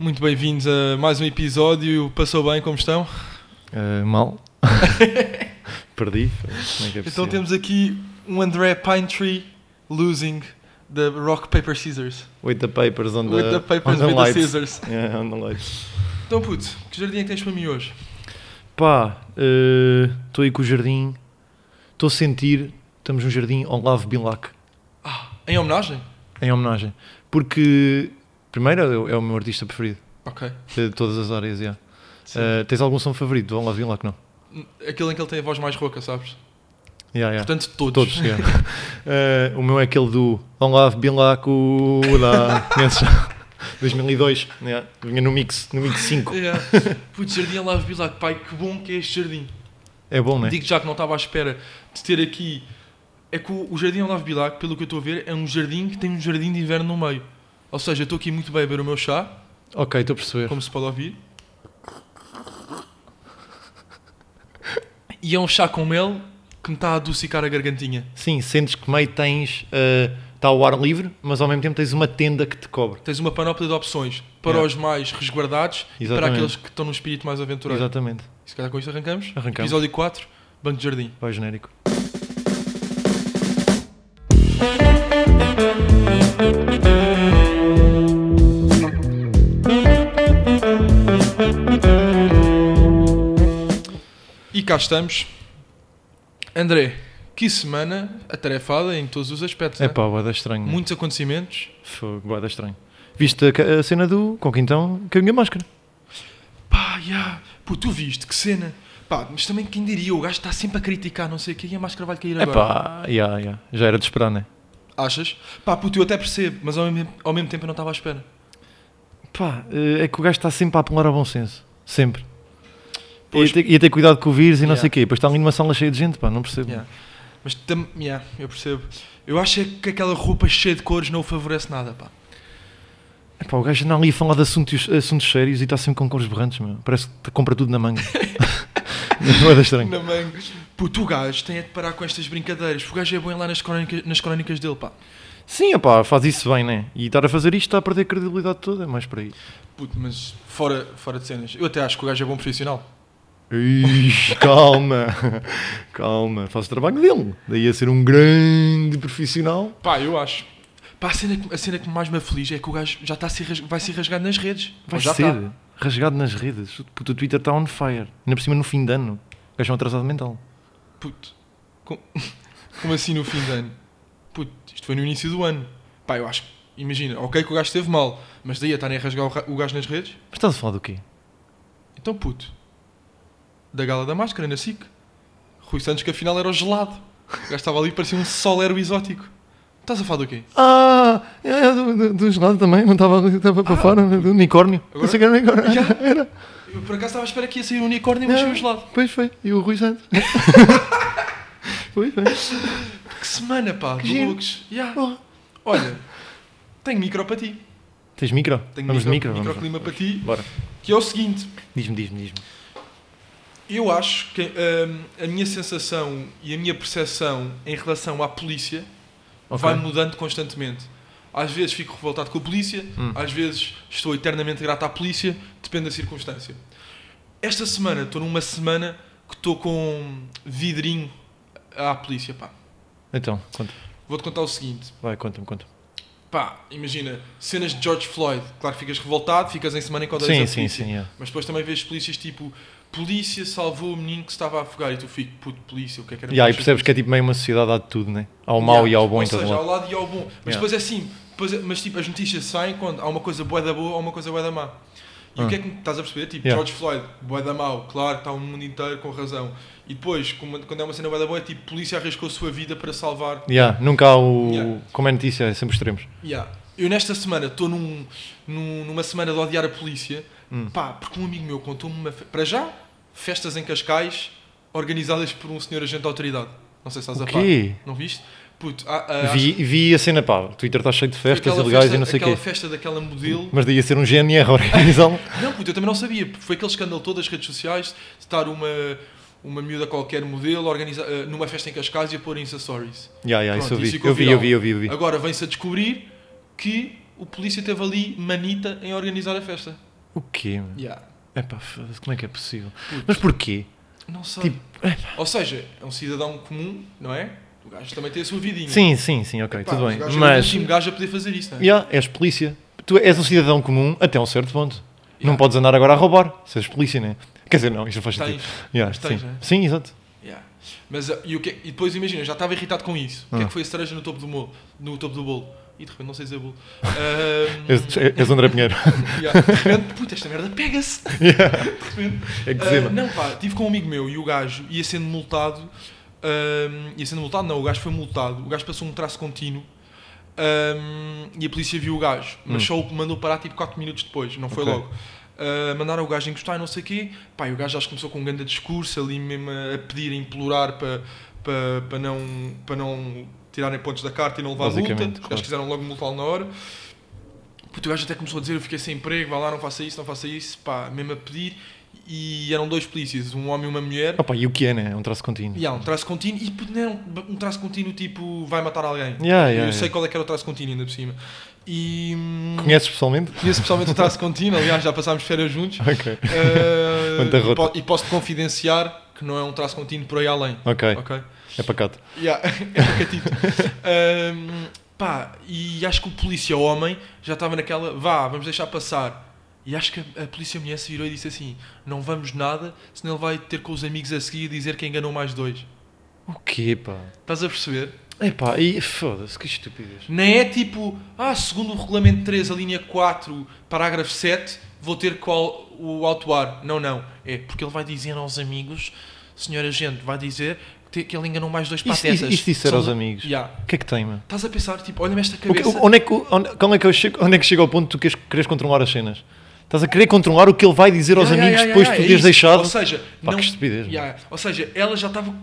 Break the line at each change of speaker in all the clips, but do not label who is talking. Muito bem-vindos a mais um episódio. Passou bem, como estão?
Ah, mal. Perdi. Como é que é
então
possível?
temos aqui um André Pine Tree losing the Rock Paper Scissors.
With the papers on
with
the,
the papers
on the
with the
lights.
scissors.
Yeah, on the lights.
Então puto, que jardim é que tens para mim hoje?
Pá, estou aí com o jardim. Estou a sentir. Estamos num jardim Olav Bilac.
Em homenagem?
Em homenagem. Porque, primeiro, é o- é o meu artista preferido.
Ok.
De todas as áreas, yeah.
Sim.
Ah, Tens algum som favorito do Olav Bilac? Não.
Aquele em que ele tem a voz mais rouca, sabes?
Yeah, yeah.
Portanto, todos.
Todos, yeah. Eh, o meu é aquele do Olav Bilac, Ula, 2002, yeah. vinha no mix, no mix 5.
Yeah. É. Putz, Jardim Alave Bilac, pai, que bom que é este jardim.
É bom, né?
Digo já que não estava à espera de ter aqui. É que o o Jardim Olavo Bilac, pelo que eu estou a ver, é um jardim que tem um jardim de inverno no meio. Ou seja, eu estou aqui muito bem a beber o meu chá,
Ok, estou a perceber.
como se pode ouvir. E é um chá com mel que me está a adocicar a gargantinha.
Sim, sentes que meio tens, está ao ar livre, mas ao mesmo tempo tens uma tenda que te cobre.
Tens uma panóplia de opções para
Yeah.
os mais resguardados e para
Exatamente.
aqueles que estão num espírito mais aventureiro.
Exatamente,
E se calhar com isto arrancamos.
Arrancamos.
Episódio 4, Banco de Jardim.
vai genérico.
E cá estamos. André, que semana atarefada em todos os aspectos.
É
né?
pá, boada estranho. Muito.
Muitos acontecimentos.
Fogo, boada estranho. Viste a, ca- a cena do Conquintão com a minha máscara?
Pá, ya. Pô, tu viste, que cena. Pá, mas também quem diria, o gajo está sempre a criticar, não sei o que, e a máscara vai cair
É
agora.
pá, yeah, yeah. já era de esperar, né?
Achas? Pá, puto, eu até percebo, mas ao mesmo, ao mesmo tempo eu não estava à espera.
Pá, eh, é que o gajo está sempre a apelar ao bom senso. Sempre.
Pois.
Ia ter, ia ter cuidado com o vírus e não
Yeah.
sei o quê. Depois está ali numa sala cheia de gente, pá, não percebo.
Ya. Mas tam, ya, eu percebo. Eu acho é que aquela roupa cheia de cores não o favorece nada, pá.
É pá, o gajo anda ali a falar de assuntos, assuntos sérios e está sempre com cores berrantes, meu. Parece que te compra tudo na manga. não é estranho.
Na manga. Puto, o gajo tem é de parar com estas brincadeiras. O gajo é bom lá nas crónicas, nas crónicas dele, pá.
Sim, opá, faz isso bem, né? E estar a fazer isto está a perder a credibilidade toda, mas para aí.
Puto, mas fora, fora de cenas. Eu até acho que o gajo é bom profissional.
Ixi, calma, calma, faz o trabalho dele. Daí a ser um grande profissional.
Pá, eu acho. Pá, a cena, que- a cena que mais me aflige é que o gajo já está a ser, ras- vai ser rasgado nas redes.
Vai
Ou já tá.
ser
Está.
rasgado nas redes. O puto, o Twitter está on fire. Ainda por cima no fim de ano. O gajo é um atrasado mental.
Puto. Com- Como assim no fim de ano? Puto, isto foi no início do ano. Pá, eu acho. que- Imagina, ok que o gajo esteve mal, mas daí a estarem a rasgar o ra- o gajo nas redes?
Mas estás a falar do quê?
Então, puto. Da gala da máscara, na SIC. Rui Santos, que afinal era o gelado. O gajo estava ali e parecia um solero exótico. Estás a falar do quê?
Ah, é, é, do, do, do gelado também, não estava estava para fora, Ah, do unicórnio.
Agora-
Pensei que era um unicórnio.
Já.
Era.
Eu por acaso estava à espera que ia sair um unicórnio, mas
Não.
foi o gelado.
Pois foi, e o Rui Santos. pois foi.
Que semana, pá,
Que
de
giro.
looks. Ya.
Oh.
Olha, tenho micro para ti.
Tens micro?
Tenho
vamos de micro,
micro,
vamos.
microclima para ti,
Bora.
que é o seguinte.
Diz-me, diz-me, diz-me.
Eu acho que hum, a minha sensação e a minha percepção em relação à polícia
Ok.
vai mudando constantemente. Às vezes fico revoltado com a polícia,
Hum.
às vezes estou eternamente grato à polícia, depende da circunstância. Esta semana, estou numa semana que estou com vidrinho à polícia, pá.
Então, conta.
Vou-te contar o seguinte.
Vai, conta-me, conta.
Pá, imagina, cenas de George Floyd, claro que ficas revoltado, ficas em semana em que odeias
Sim,
a
sim,
polícia.
sim. é.
Mas depois também vês polícias tipo, polícia salvou o menino que se estava a afogar e tu fico, puto, polícia, o que é que era
E aí
preciso
percebes que é tipo meio uma sociedade há de tudo, né? Ao mau e ao bom
Ou
em todo
seja,
lado.
ao lado e ao bom. Mas
Yeah.
depois é assim, depois é- mas tipo, as notícias saem quando há uma coisa boa da boa ou uma coisa boa da má. E
Ah.
o que é que estás a perceber? Tipo,
Yeah.
George Floyd, boa da mau, claro, está o mundo inteiro com razão. E depois, como- quando é uma cena boa da boa, é tipo, polícia arriscou a sua vida para salvar
Yeah, nunca há o.
Yeah.
Como é notícia, é sempre extremos.
Yeah. Eu nesta semana estou num, num- numa semana de odiar a polícia,
Hum.
pá, porque um amigo meu contou-me uma fe- para já festas em Cascais organizadas por um senhor agente de autoridade. Não sei se estás
O
a par.
quê?
Não viste? Puto, ah, ah, acho
Vi, vi a cena, pá. O Twitter está cheio de
que foi
festas
aquela
ilegais
festa-
e não sei o
aquela
quê.
festa daquela modelo.
Mas daí a ser um GNR organizá-lo.
Não, puto, eu também não sabia. porque Foi aquele escândalo todo das redes sociais de estar uma, uma miúda qualquer modelo organiza, ah, numa festa em Cascais e a pôr em stories.
yeah, yeah,
Pronto,
É, isso eu
isso
vi.
ficou
Eu vi, eu vi,
viral.
eu vi, eu vi.
Agora vem-se a descobrir que o polícia teve ali manita em organizar a festa.
O quê, mano?
Yeah.
Epá, foda-se, como é que é possível?
Putz.
Mas porquê?
Não sei.
Tipo,
Ou seja, é um cidadão comum, não é? O gajo também tem a sua vidinha.
sim, sim, sim, ok,
Epá,
tudo
os
bem.
gajos
Mas...
Mas,
Um gajo a poder fazer isso, não é?
yeah, és polícia. Tu és um cidadão comum até um certo ponto. Não
Yeah.
podes andar agora a roubar, se és polícia, né? Quer dizer, não, isto não faz sentido.
Tens.
Yeah,
mas tens,
sim.
né?
sim, exato.
Yeah. Mas, uh, e, o que é- e depois imagina, eu já estava irritado com isso. O que é
Ah.
que foi a cereja no topo do, mo... no topo do bolo? E de repente não sei dizer bolo. Ahm,
És, és André Pinheiro.
yeah. De repente, puta, esta merda pega-se. De repente,
É que
Ah, não, pá, tive com um amigo meu e o gajo ia sendo multado. ahm, ia sendo multado, não, o gajo foi multado. O gajo passou um traço contínuo ahm, e a polícia viu o gajo, mas
Hum.
só o mandou parar tipo 4 minutos depois, não foi
Ok.
logo. Ah, mandaram o gajo encostar e não sei o quê. Pá, e o gajo já começou com um grande discurso ali mesmo a a pedir, a implorar para pa, pa não, pa não tirarem pontos da carta e não levar multa.
Basicamente,
Os gajos
claro.
quiseram logo multá-lo na hora. Puto, o gajo até começou a dizer: Eu fiquei sem emprego, vá lá, não faça isso, não faça isso, pá, mesmo a pedir. E eram dois polícias, um homem e uma mulher.
Opa, e o que é, né? É um traço contínuo.
E há um traço contínuo, e puto, não era um, um traço contínuo tipo: Vai matar alguém.
Yeah,
eu
yeah,
sei
yeah.
qual é que era o traço contínuo, ainda por cima. E. hum,
Conheces pessoalmente?
Conheço pessoalmente o traço contínuo, aliás, já passámos férias juntos.
Ok.
Eh,
Quanta
e,
rota.
po- e posso-te confidenciar que não é um traço contínuo por aí além.
Ok,
Ok?
é pacato.
Yeah, é pacatito. Ahm, pá, e acho que o polícia homem já estava naquela, vá, vamos deixar passar. E acho que a, a polícia mulher se virou e disse assim: não vamos nada, senão ele vai ter com os amigos a seguir e dizer que enganou mais dois.
O quê, pá?
Estás a perceber?
Epá, e foda-se, que estupidez.
Nem é tipo, ah, segundo o regulamento 3, a linha 4, parágrafo 7, vou ter qual o autuar. Não, não. É porque ele vai dizer aos amigos, senhor agente, vai dizer que, te- que ele enganou mais dois
Isso-
patetas.
isso- isso disser
São-
aos amigos?
Yeah.
O que é que tem, mano?
Estás a pensar, tipo, olha-me esta
O que-
cabeça.
onde, é que, onde, como é que eu chego, onde é que chega ao ponto de tu queres, queres controlar as cenas? Estás a querer controlar o que ele vai dizer aos
Ya, ya,
amigos
ya,
depois
ya,
de tu
é
teres
isso.
deixado?
Ou seja,
Pá,
não...
que estupidez,
Ya, Ou seja, ela já estava.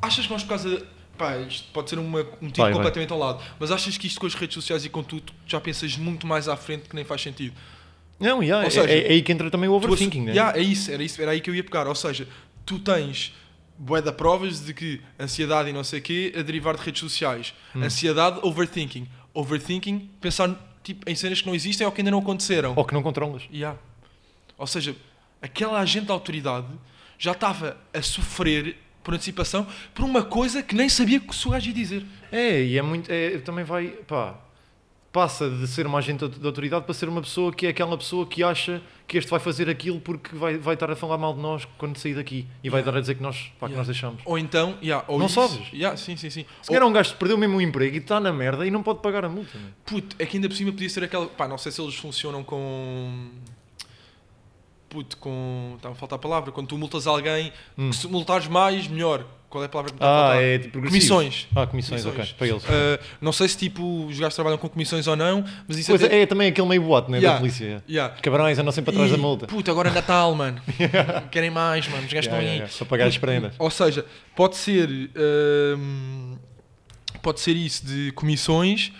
Achas que nós por causa. Pá, isto pode ser uma, um tipo
Vai, vai.
completamente ao lado. Mas achas que isto com as redes sociais e com tudo já pensas muito mais à frente que nem faz sentido?
não, yeah,
Ou seja,
é, é aí que entra também o
Tu assu-
overthinking, né?
Ya, é isso, era isso, era aí que eu ia pegar. Ou seja, tu tens bué da provas de que ansiedade e não sei o quê a derivar de redes sociais.
Hum.
Ansiedade, overthinking. Overthinking, pensar tipo, em cenas que não existem ou que ainda não aconteceram.
Ou que não controlas.
Yeah. Ou seja, aquela agente da autoridade já estava a sofrer por antecipação por uma coisa que nem sabia que o gajo ia dizer.
É, e é muito. É, também vai. Pá, passa de ser uma agente de autoridade para ser uma pessoa que é aquela pessoa que acha que este vai fazer aquilo porque vai, vai estar a falar mal de nós quando sair daqui e vai dar a dizer que nós, pá, que
Yeah.
nós deixamos.
Ou então, yeah, ou
Não
isso.
sabes?
Yeah, sim, sim, sim.
Se calhar é um gajo que perdeu mesmo o emprego e está na merda e não pode pagar a multa. né? meu.
Ou, puto, é que ainda por cima podia ser aquela. Pá, não sei se eles funcionam com. Puto, com. Está a faltar a palavra. Quando tu multas alguém,
Hum.
que se multares mais, melhor. Qual é a palavra que me está a
Ah,
faltar?
é tipo progressivo.
Comissões.
Ah, comissões, ok. Para eles.
Ah, não sei se tipo os gajos trabalham com comissões ou não, mas isso
Pois
até-
é, é também aquele meio boato, né? Da
Yeah.
polícia. yeah.
Yeah.
Cabrões andam sempre atrás
E,
da multa.
Puta, agora é Natal, mano. Querem mais, mano. Os gajos
Yeah,
estão aí.
yeah, yeah. Só pagar as prendas.
Ou seja, pode ser. hum, pode ser isso de comissões.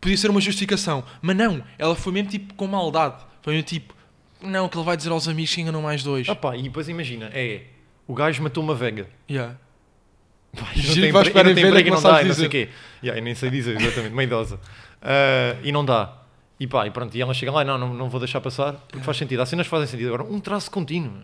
Podia ser uma justificação. Mas não, ela foi mesmo tipo com maldade. Foi mesmo tipo. Não, que ele vai dizer aos amigos que enganam mais dois.
Ah pá, e depois imagina, é. O gajo matou uma vega.
Yeah.
Pá,
Giro
não
que
tem
vais
empre-
esperar
não
em
tem
ver
emprego
que
e
não
não
sabes
dá, e não sei
dizer.
o quê. Yeah, eu nem sei dizer, exatamente, uma idosa. Ah, e não dá. E pá, e pronto, e ela chega lá, não, não, não vou deixar passar, porque faz sentido. Há cenas que fazem sentido. Agora, um traço contínuo.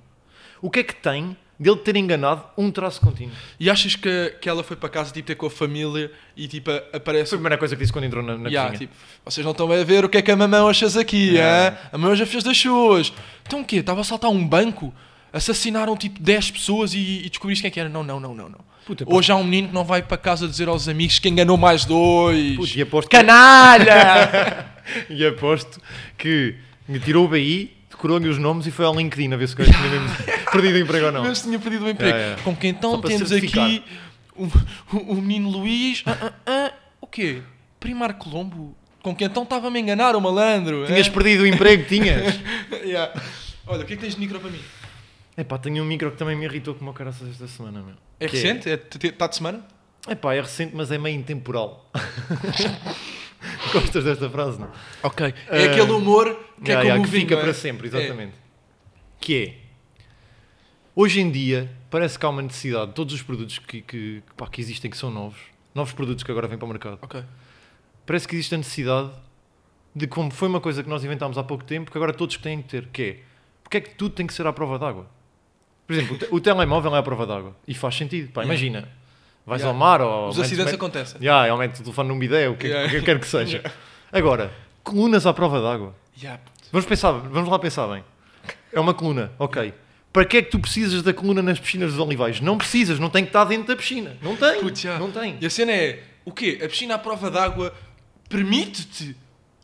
O que é que tem dele ter enganado um traço contínuo?
E achas que, que ela foi para casa tipo ter com a família e tipo a- aparece.
Foi a primeira coisa que disse quando entrou na, na
Yeah,
cozinha. É.
tipo, vocês não estão bem a ver o que é que a mamão achas aqui,
Yeah.
hã? A mamão já fez das suas. Então o quê? Estava a saltar um banco? Assassinaram tipo 10 pessoas e, e descobriste quem é que era. Não, não, não, não. não.
Puta,
Hoje há um menino que não vai para casa dizer aos amigos que enganou mais dois.
Puto, e aposto que-
Canalha!
E aposto que me tirou o BI, decorou-lhe os nomes e foi ao LinkedIn a ver se o gajo tinha mesmo perdido o emprego ou não.
Mas tinha perdido o emprego.
Yeah, yeah.
Com quem então
É, Só para
temos
certificar.
aqui o, o- o menino Luís. Ah, ah, ah, o quê? Primar Colombo? Com quem então estava-me a enganar o malandro?
Tinhas
hã?
perdido o emprego, tinhas.
Yeah. Olha, o que é que tens de micro para mim?
Epá, tenho um micro que também me irritou como o caraças esta semana, meu.
É
Que
recente? Está de semana?
É? Epá, é recente, mas é meio intemporal. Gostas desta frase, não?
Ok. É
Ah,
aquele humor que
Ya,
é
ya,
como
que
o vinho,
fica
não é?
para sempre, exatamente. Que é... Hoje em dia, parece que há uma necessidade. Todos os produtos que, que, que, pá, que existem, que são novos, novos produtos que agora vêm para o mercado,
É. Ok.
parece que existe a necessidade de como foi uma coisa que nós inventámos há pouco tempo, que agora todos têm que ter, que é, porque é que tudo tem que ser à prova d'água? Por exemplo, o, te- o telemóvel é à prova d'água. E faz sentido, pá,
Yeah.
imagina. Vais
Yeah.
ao mar ou...
Os
metes-
acidentes
metes-
acontecem.
Yeah, eu meto o telefone num bidé, o que,
Yeah.
o que quer que seja. Agora, colunas à prova d'água.
Yeah, puto.
Vamos, pensar, vamos lá pensar bem. É uma coluna, ok. Para que é que tu precisas da coluna nas piscinas dos olivais? Não precisas, não tem que estar dentro da piscina. Não tem,
Puto, já.
não tem.
E a cena é, o quê? A piscina à prova d'água permite-te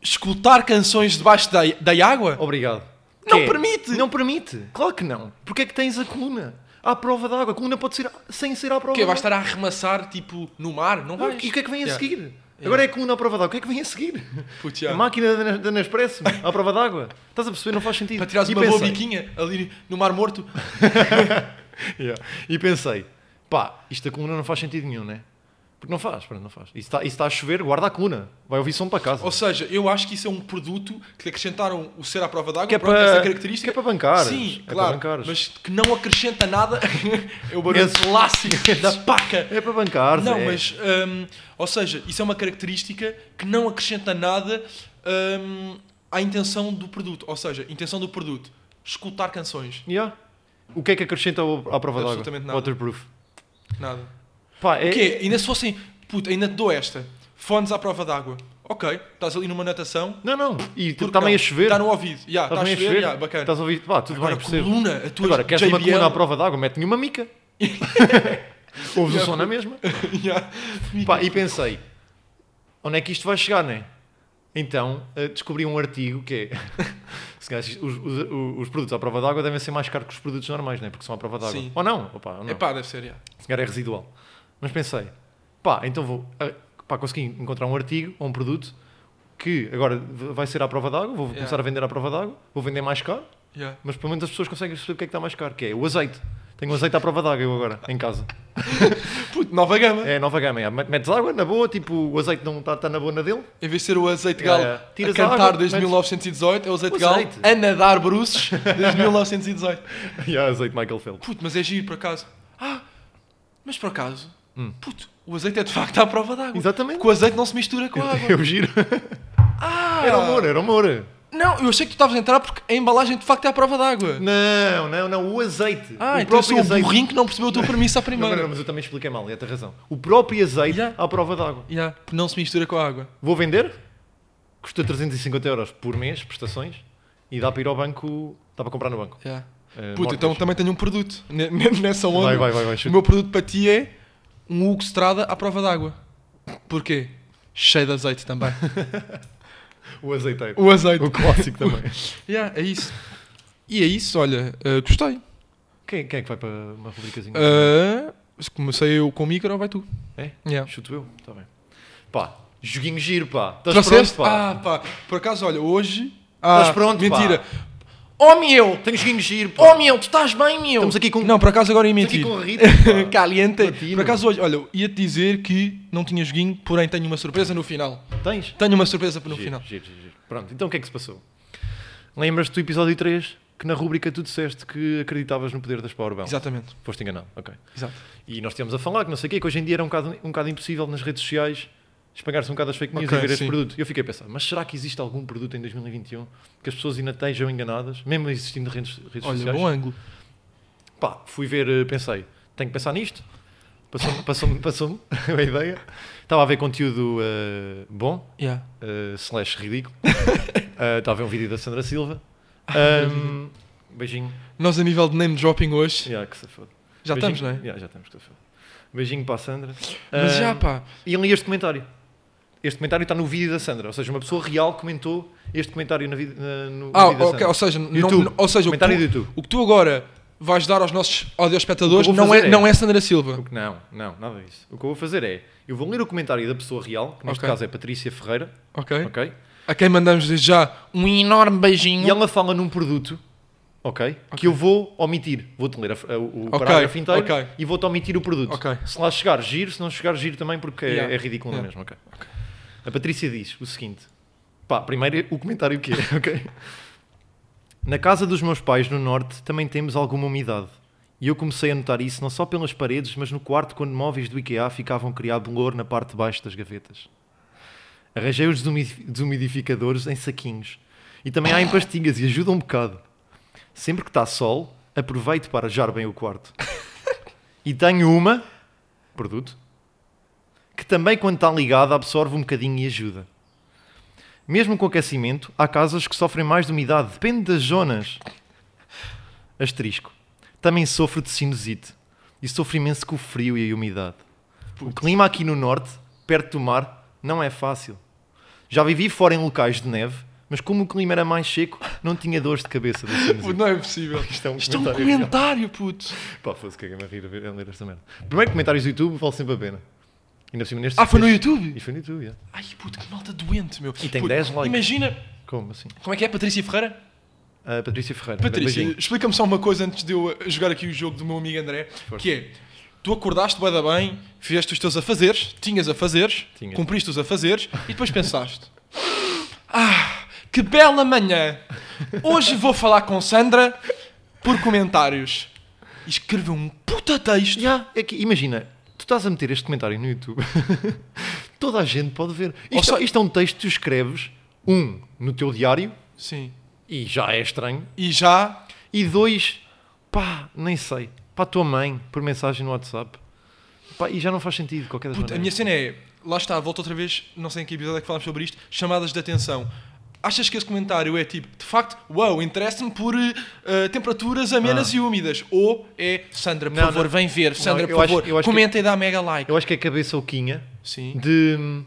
escutar canções debaixo da, da água?
Obrigado.
Não
Que é?
permite!
Não permite, claro que não. Porque é que tens a coluna? À prova d'água. A coluna pode ser sem ser à prova
O quê? Vais
d'água.
estar a arremassar, tipo, no mar? Não vais?
E o que é que vem a
Yeah.
seguir? Agora é a coluna à prova d'água. O que é que vem a seguir?
Puto, já.
A máquina da, da Nespresso à prova d'água. Estás a perceber? Não faz sentido.
Para tirares
E
uma boa
pensei-
biquinha ali no Mar Morto.
Yeah. E pensei, pá, isto da coluna não faz sentido nenhum, né? Porque não faz, pronto, não faz. E se está, e se está tá a chover, guarda a coluna. Vai ouvir som para casa.
Ou seja, eu acho que isso é um produto que lhe acrescentaram o ser à prova d'água,
Que é
pronto,
para-
essa característica.
que é para bancares.
Sim,
É para
claro.
bancares.
Mas que não acrescenta nada é o barulho
Esse-
clássico da paca.
É para bancar,
Não,
é.
mas. hum, ou seja, isso é uma característica que não acrescenta nada hum, à intenção do produto. Ou seja, intenção do produto: escutar canções.
Yeah. O que é que acrescenta ao- à prova d'água?
Absolutamente nada.
Waterproof.
Nada.
Pá, é,
Que é, ainda se fossem. Puto, ainda te dou esta. Fones à prova d'água. Ok, estás ali numa natação.
Não, não. E
porque
está meio
não?
a chover.
Está no ouvido. Ya, Está
Estás meio
a chover. ya, bacana.
Estás a ouvir. Pá, tudo
Agora,
bem, percebo.
coluna, a tua
Agora, queres uma
JBL?
coluna à prova d'água? Mete-me uma mica. Ouves o som na mesma.
Ya.
Pá, e pensei, onde é que isto vai chegar, né? Então eh, descobri um artigo que é. se calhar isto- os, os- os produtos à prova d'água devem ser mais caros que os produtos normais, né? Porque são à prova d'água.
Sim.
Ou não, opa, ou não.
É pá, deve ser. ya.
Se calhar é residual. Mas pensei, pá, então vou. ah, Pá, consegui encontrar um artigo ou um produto que agora v- vai ser à prova d'água, vou
Yeah.
começar a vender à prova d'água, vou vender mais caro,
Ya.
mas pelo menos as pessoas conseguem perceber o que é que está mais caro, que é o azeite. Tenho um azeite à prova d'água eu agora, em casa.
Puto, nova gama.
É nova gama, é. metes água na boa, tipo o azeite não está na boa na dele.
Em vez de ser o azeite
Ya,
gal
ya.
a
Tiras a
cantar
água,
desde
metes-
1918, é o azeite
O
gal
azeite.
a nadar bruços desde 1918.
e há azeite Michael Phelps.
Puto, mas é giro por acaso. Ah, mas por acaso,
Hum.
puto, o azeite é de facto à prova d'água.
Exatamente.
Porque o azeite não se mistura com a água.
Eu giro.
Ah,
Era humor, era humor.
Não, eu achei que tu estavas a entrar porque a embalagem de facto é à prova d'água.
Não, não, não, o azeite.
Ah,
o
então eu sou um burrinho que não percebeu a tua premissa à
Não,
primeira.
não, não, mas eu também expliquei mal, e tem razão. O próprio azeite
Yeah.
à prova d'água.
Ya, porque não se mistura com a água.
Vou vender, custa 350 euros por mês, prestações, e dá para ir ao banco, dá para comprar no banco.
Ya.
Eh,
Puta,
mortgage.
então também tenho um produto. Ne- ne- Nessa onda.
Vai, vai, vai, vai,
O
chuta.
meu produto para ti é um Hugo Strada à prova d'água. Porquê? Cheio de azeite também.
O azeiteiro.
O azeite.
O clássico também.
Yeah, é isso. E é isso, olha, eh, gostei.
Quem, quem é que vai para uma rubricazinha?
Ah, se comecei eu com o micro, vai tu.
É?
Yeah.
Chuto eu? Está bem. Pá, joguinho giro, pá. Estás pronto,
Trouxeste?
pá?
Ah, pá. Por acaso, olha, hoje. Ah,
Estás pronto, pá?
Mentira. Oh, meu!
Tenho joguinho giro, pá.
Oh, meu, tu estás bem, meu!
Estamos aqui com-
Não, por acaso agora ia
Estamos aqui
mentir.
com ritmo, pá.
Caliente.
Latino.
Por acaso hoje, olha, ia-te dizer que não tinha joguinho, porém tenho uma surpresa no final.
Tens?
Tenho uma surpresa no
Giro,
final.
giro, giro, giro. Pronto, então o que é que se passou? Lembras-te do episódio 3 que na rúbrica tu disseste que acreditavas no poder das Powerbomb?
Exatamente.
Foste enganado, ok.
Exato.
E nós estivemos a falar que não sei o quê, que hoje em dia era um bocado, um bocado impossível nas redes sociais espalhar-se um bocado as fake news
Ok,
e ver
sim.
este produto. E eu fiquei a pensar, mas será que existe algum produto em 2021 que as pessoas ainda estejam enganadas, mesmo existindo redes, redes
Olha,
sociais?
bom ângulo.
Pá, fui ver, eh, pensei, tenho que pensar nisto. Passou-me passou passou a ideia. Estava a ver conteúdo eh, bom,
Yeah.
eh, slash ridículo. Eh, Estava a ver um vídeo da Sandra Silva.
Ah,
Ahm, beijinho.
Nós a nível de name dropping hoje,
Yeah, que se foda.
já
Beijinho.
estamos, não é?
Yeah, já estamos, que se foda. Beijinho para a Sandra.
Mas já,
Ahm,
pá.
E li este comentário. Este comentário está no vídeo da Sandra. Ou seja, uma pessoa real comentou este comentário na vida, na- no,
Ah,
no vídeo
ok,
da
ou
Sandra.
seja, não-
YouTube.
não- ou seja o, que
comentário do
tu,
YouTube.
o que tu agora vais dar aos nossos audiospectadores
O que eu vou
não é,
fazer é-
não é Sandra Silva.
O que- Não, não, nada disso. O que eu vou fazer é, eu vou ler o comentário da pessoa real, que neste
Ok.
caso é Patrícia Ferreira,
Ok?
ok?
A quem mandamos desde já um enorme beijinho.
E ela fala num produto, ok? Que eu vou omitir. Vou-te ler a f- a- o
Ok,
parágrafo inteiro
ok.
e vou-te omitir o produto.
Ok.
Se lá chegar, giro. Se não chegar, giro também porque é-
Yeah.
é ridículo
Yeah.
na mesma, ok? A Patrícia diz o seguinte. Pá, primeiro o comentário que é, ok? Na casa dos meus pais, no norte, também temos alguma umidade. E eu comecei a notar isso não só pelas um paredes, mas no quarto quando móveis do IKEA ficavam a criar bolor na parte de baixo das gavetas. Arranjei os desumi- desumidificadores em saquinhos. E também há em pastilhas e ajuda um bocado. Sempre que está sol, aproveito para arejar bem o quarto. E tenho uma, produto, que também quando está ligada absorve um bocadinho e ajuda. Mesmo com aquecimento, há casas que sofrem mais de umidade, depende das zonas. Asterisco. Também sofro de sinusite e sofro imenso com o frio e a umidade. O clima aqui no norte, perto do mar, não é fácil. Já vivi fora em locais de neve, mas como o clima era mais seco, não tinha dores de cabeça. da sinusite.
Puto, não é possível.
Isto é um
Isto é um
comentário real.
comentário, puto.
Pá, foda-se, é caguei-me a rir a ver- a ler esta merda. Primeiro, comentários do YouTube vale sempre a pena. Ainda por cima neste.
Ah, foi no
neste-
YouTube?
E foi no YouTube, yeah.
Ai, puto, que malta doente, meu.
E tem
Puto,
10 likes.
Imagina,
Como assim?
como é que é, Patrícia Ferreira?
Ah, Patrícia Ferreira.
Patrícia,
beijinho.
explica-me só uma coisa antes de eu eh, jogar aqui o jogo do meu amigo André, que é, tu acordaste bué da bem, fizeste os teus afazeres, tinhas afazeres,
Tinha.
cumpriste os afazeres e depois pensaste, ah, que bela manhã, hoje vou falar com Sandra por comentários. E escreveu um puta texto.
Yeah, é que, imagina, tu estás a meter este comentário no YouTube. Toda a gente pode ver. Isto,
só-
isto é um texto que tu escreves, um, no teu diário,
Sim.
e já é estranho.
E já,
E dois, pá, nem sei, para a tua mãe, por mensagem no WhatsApp. Pá, e já não faz sentido, de qualquer das
puta, a
maneiras.
minha cena é, lá está, volto outra vez, não sei em que episódio é que falámos sobre isto, chamadas de atenção. Achas que esse comentário é tipo, de facto, uau, interessa-me por eh, eh, temperaturas amenas e úmidas? Ou é, Sandra, por
Ah. Não,
favor,
não.
vem ver, Sandra,
eu
por
acho-
favor,
eu acho que-
comenta e dá mega like.
Eu acho que é cabeça oquinha.
Sim.
de hum,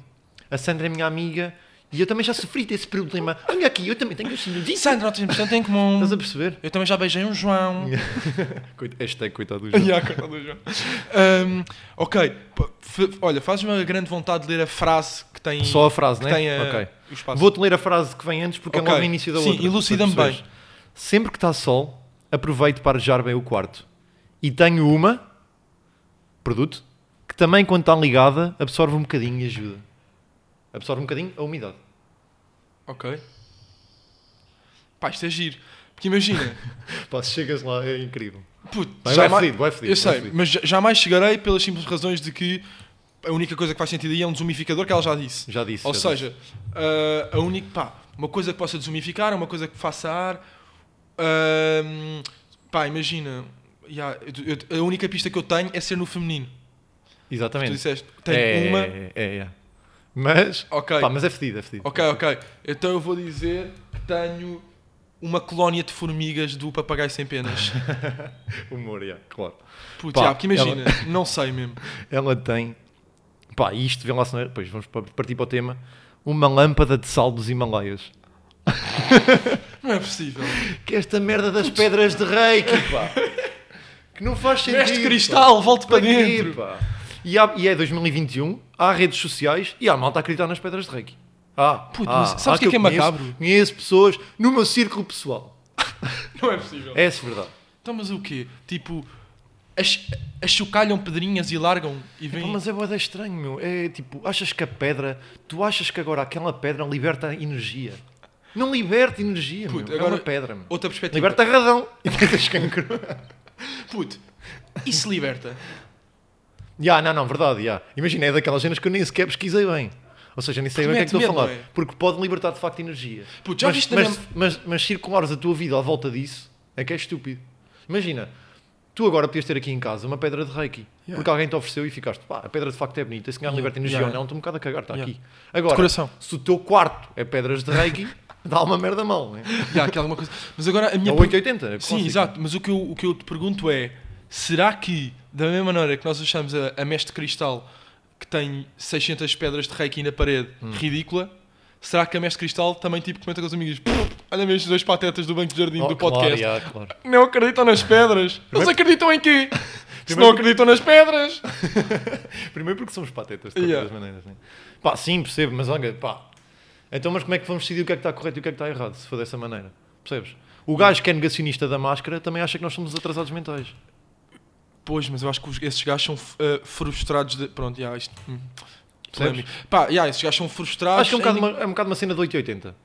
a Sandra é minha amiga e eu também já sofri desse problema. Olha aqui, eu também tenho os sinusite.
Sandra, nós temos tanto em comum.
Estás a perceber?
Eu também já beijei um João.
Coit hashtag coitado do
Ya, coitado do João. Ahm, ok, p- f- olha, fazes-me uma grande vontade de ler a frase que tem,
Só a frase,
que
né?
tem a-
Ok.
o espaço.
Vou-te ler a frase que vem antes porque
Ok.
é logo no início da
Sim,
outra. para
elucida-me
perceberes.
bem.
Sempre que está sol, aproveito para arejar bem o quarto. E tenho uma, produto, que também quando está ligada absorve um bocadinho e ajuda. Absorve um bocadinho a umidade.
Ok. Pá, isto é giro. Porque imagina,
Pá, se chegas lá é incrível.
Puto,
Vai-
jamais-
vai fedido, vai fedido,
Eu
vai
sei,
fedido.
mas ja- jamais chegarei pelas simples razões de que a única coisa que faz sentido aí é um desumificador que ela já disse.
Já disse.
Ou
já
seja, ah, a única. pá, uma coisa que possa desumificar, uma coisa que faça ar. ahm, pá, imagina. ya, eu- eu- a única pista que eu tenho é ser no feminino.
disse.
Tu
Exatamente.
disseste, tenho
é,
uma.
É, é, é. Mas,
Ok.
pá, mas é fedido, é fedido.
Ok, ok. Então eu vou dizer que tenho uma colónia de formigas do papagaio sem penas.
Humor, yeah, claro.
Putz,
Pá,
ya, porque imagina, não sei mesmo.
Ela tem, pá, e isto vê lá se não é, depois vamos pa- partir para o tema, uma lâmpada de sal dos Himalaias.
Não é possível.
Que esta merda das pedras de reiki, pá. Que não faz sentido.
Mestre Cristal, volte para
quê,
dentro.
pá? E, há- e é 2021, há redes sociais e há malta a acreditar nas pedras de reiki. Ah,
Puto,
ah,
mas sabes
ah,
o que é que
eu
é
conheço-
macabro?
Conheço pessoas no meu círculo pessoal.
Não é possível.
Essa é verdade.
Então, mas o quê? Tipo, as- achucalham pedrinhas e largam e
Pá,
vêm.
mas é boeda estranho, meu. É tipo, achas que a pedra, tu achas que agora aquela pedra liberta energia? Não liberta energia,
Puto,
meu.
agora-
É uma pedra, meu.
Outra tipo perspectiva.
Liberta radão. E tens cancro.
Puto, isso liberta.
Já, não, não, verdade, já. Imagina, é daquelas cenas que eu nem sequer pesquisei bem. Ou seja, nem sei bem o que é que
Remete
estou a falar.
medo, não é?
Porque pode libertar de facto energia.
Puto, já
mas,
viste
mas,
também-
mas, mas circulares a tua vida à volta disso é que é estúpido. Imagina, tu agora podias ter aqui em casa uma pedra de reiki. Porque alguém te ofereceu e ficaste, pá, a pedra de facto é bonita, se calhar liberta energia
Yeah.
ou não, estou um bocado a cagar, está
Yeah.
aqui. Agora,
Decoração.
se o teu quarto é pedras de reiki, dá uma merda mal, não é?
Já, aqui alguma coisa. Mas agora a
É
minha.
o
per-
880, é
Sim,
clássico.
exato. Mas o que, eu, o que eu te pergunto é: será que, da mesma maneira que nós achamos a, a mestre cristal que tem 600 pedras de reiki na parede
Hum.
ridícula, será que a mestre cristal também tipo comenta com os amigos: "Pff, olha mesmo os dois patetas do banco de jardim
Oh,
do
claro,
podcast?
yeah, claro.
Não acreditam nas pedras. Eles
Primeiro-
acreditam em quê? Se
Primeiro-
não acreditam nas pedras.
Primeiro porque somos patetas, de
Yeah.
todas as maneiras. Né? Pá, sim, percebo, mas olha, pá. Então, mas como é que vamos decidir o que é que está correto e o que é que está errado, se for dessa maneira? Percebes? O gajo que é negacionista da máscara também acha que nós somos atrasados mentais.
Pois, mas eu acho que os- esses gajos são uh, frustrados de. Pronto, já, isto. hum,
Percebes?
polémico. Pá, já, esses gajos são frustrados.
Acho que é um, bocado
em-
uma, é um bocado uma cena de 880.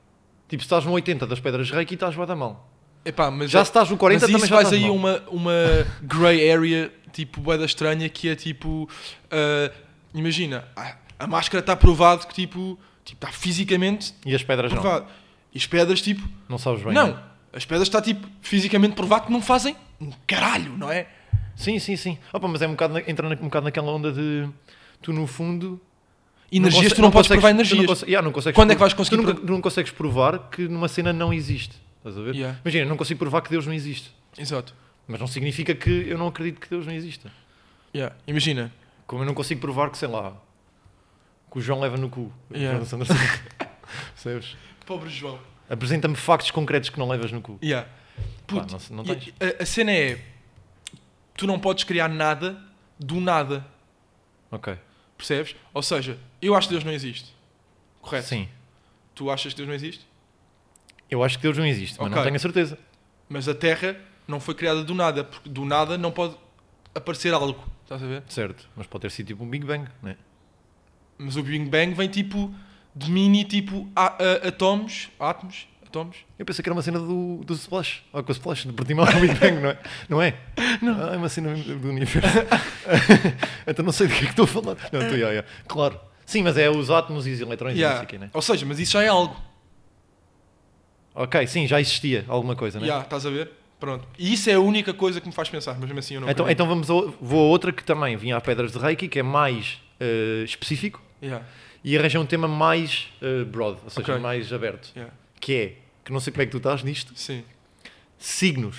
Tipo, se estás no 80 das pedras reiki, estás bué da mal.
Epá, mas é
Já se estás no 40,
mas
também
isso
já
faz
estás
aí um
mal.
uma, uma grey area, tipo, boeda ah, estranha, que é tipo. uh, imagina, a, a máscara está tá provado que tipo. Tipo, está fisicamente
E as pedras não.
provado. E as pedras, tipo,
Não sabes bem. né?
não. As pedras está, tipo, fisicamente provado que não fazem um caralho, não é?
Sim, sim, sim. Opa, mas é um bocado, na- entra na- um bocado naquela onda de tu no fundo.
Energias,
conse-
tu não podes
consegues-
provar
tu não
energias.
conse- yeah, não consegues
Quando é que
provar-
vais conseguir
Tu nunca-
pro-
tu não consegues provar que numa cena não existe. Estás a ver?
Yeah.
Imagina, eu não consigo provar que Deus não existe.
Exato.
Mas não significa que eu não acredito que Deus não exista.
Yeah. Imagina,
Como eu não consigo provar que, sei lá, que o João leva no cu.
Yeah.
Fernando Sanderson. Percebes?
pobre João.
Apresenta-me factos concretos que não levas no cu.
Yeah.
Pá,
Puto,
não, se- não
e-
tens.
a, a cena é: tu não podes criar nada do nada,
Ok.
percebes? Ou seja, eu acho que Deus não existe. Correto?
Sim.
Tu achas que Deus não existe?
Eu acho que Deus não existe, mas não
Ok.
tenho a certeza.
Mas a Terra não foi criada do nada, porque do nada não pode aparecer algo. Estás a ver?
Certo. Mas pode ter sido tipo um Big Bang, né?
Mas o Big Bang vem tipo de mini tipo a, a- atomos, átomos, atomos.
Eu pensei que era uma cena do, do Splash. Ou com o Splash, de Portimão ao Big Bang, não é? Não é? Ah, é uma cena do universo. então não sei do que é que estou a falar. Não, estou, yeah, yeah. Claro. Sim, mas é os átomos e os eletrões e não
Yeah.
sei o quê, né?
Ou seja, mas isso já é algo.
Ok, sim, já existia alguma coisa, né?
Yeah, estás a ver? Pronto. E isso é a única coisa que me faz pensar, mas mesmo assim eu não
Então,
acredito.
então vamos a, o- vou a outra que também vinha a Pedras de Reiki, que é mais eh, específico
Yeah,
e arranja um tema mais eh, broad, ou seja,
Ok.
mais aberto.
yeah.
Que é, que não sei como é que tu estás nisto,
Sim.
signos.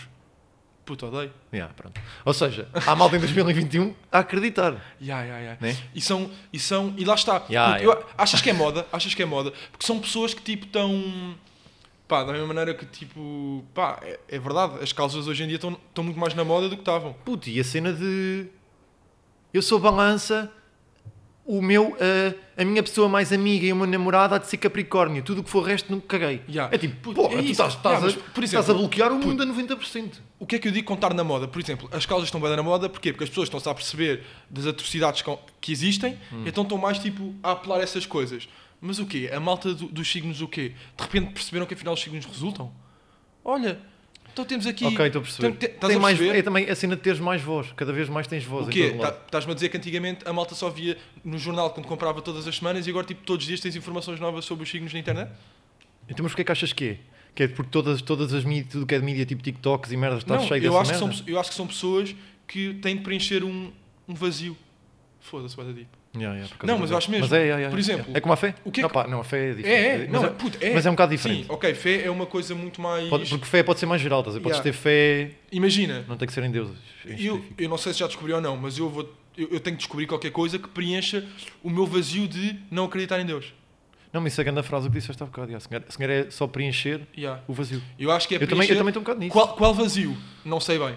Puta, odeio.
Yeah, pronto. Ou seja, há malta em 2021 a acreditar.
Yeah, yeah, yeah.
Né?
E são, e são, e lá está.
Yeah,
Porque eu- achas que é moda? Achas que é moda? Porque são pessoas que tipo estão. Pá, da mesma maneira que tipo. Pá, é, é verdade, as causas hoje em dia estão estão muito mais na moda do que estavam.
Puto, e a cena de eu sou balança, o meu, eh, a minha pessoa mais amiga e o meu namorado há de ser Capricórnio, tudo o que for resto nunca caguei.
Yeah.
É tipo,
Puto,
porra,
é
tu
isso.
estás, estás
Yeah,
a,
mas, por
estás
exemplo,
a bloquear o mundo a 90%.
O que é que eu digo contar na moda? Por exemplo, as causas estão bem na moda, porquê? Porque as pessoas estão-se a perceber das atrocidades com- que existem,
Hum.
então estão mais tipo a apelar a essas coisas. Mas o quê? A malta do- dos signos o quê? De repente perceberam que afinal os signos resultam? Olha, então temos aqui.
ok, estou a perceber.
Tem- tem- então Estás
Tem
a
mais,
perceber?
é também a cena de teres mais voz, cada vez mais tens voz.
O
em
quê?
todo lado.
Tá- Estás-me a dizer que antigamente a malta só via no jornal quando comprava todas as semanas e agora tipo todos os dias tens informações novas sobre os signos na internet?
Então, mas porquê que achas que é? Que é porque todas, todas as mídias, tudo que é de mídia, tipo TikToks e merdas, está
Não,
cheio
eu
dessa
acho, que
merda?
são, pe- eu acho que são pessoas que têm de preencher um, um vazio. Foda-se, vai dar deep.
Yeah, yeah, por causa
Não, mas
da-
eu acho mesmo.
Mas é, yeah, yeah,
Por
yeah.
exemplo,
é como a fé?
o que é
não,
que-
pá, não, a fé é diferente.
É, é, não,
mas,
é, puto, é.
mas é um bocado diferente.
Sim, ok, fé é uma coisa muito mais.
Pode- porque fé pode ser mais geral, estás a ver? Podes
Yeah.
ter fé,
Imagina,
não tem que ser em Deus. em
eu,
específico.
eu não sei se já descobri ou não, mas eu vou. Eu, eu tenho que descobrir qualquer coisa que preencha o meu vazio de não acreditar em Deus.
Não, mas isso é a grande frase que disseste há bocado. Yeah, senhor, senhor é só preencher
Yeah.
o vazio.
Eu acho que é
eu, também,
preencher.
eu também estou um bocado nisso.
qual, qual vazio? Não sei bem.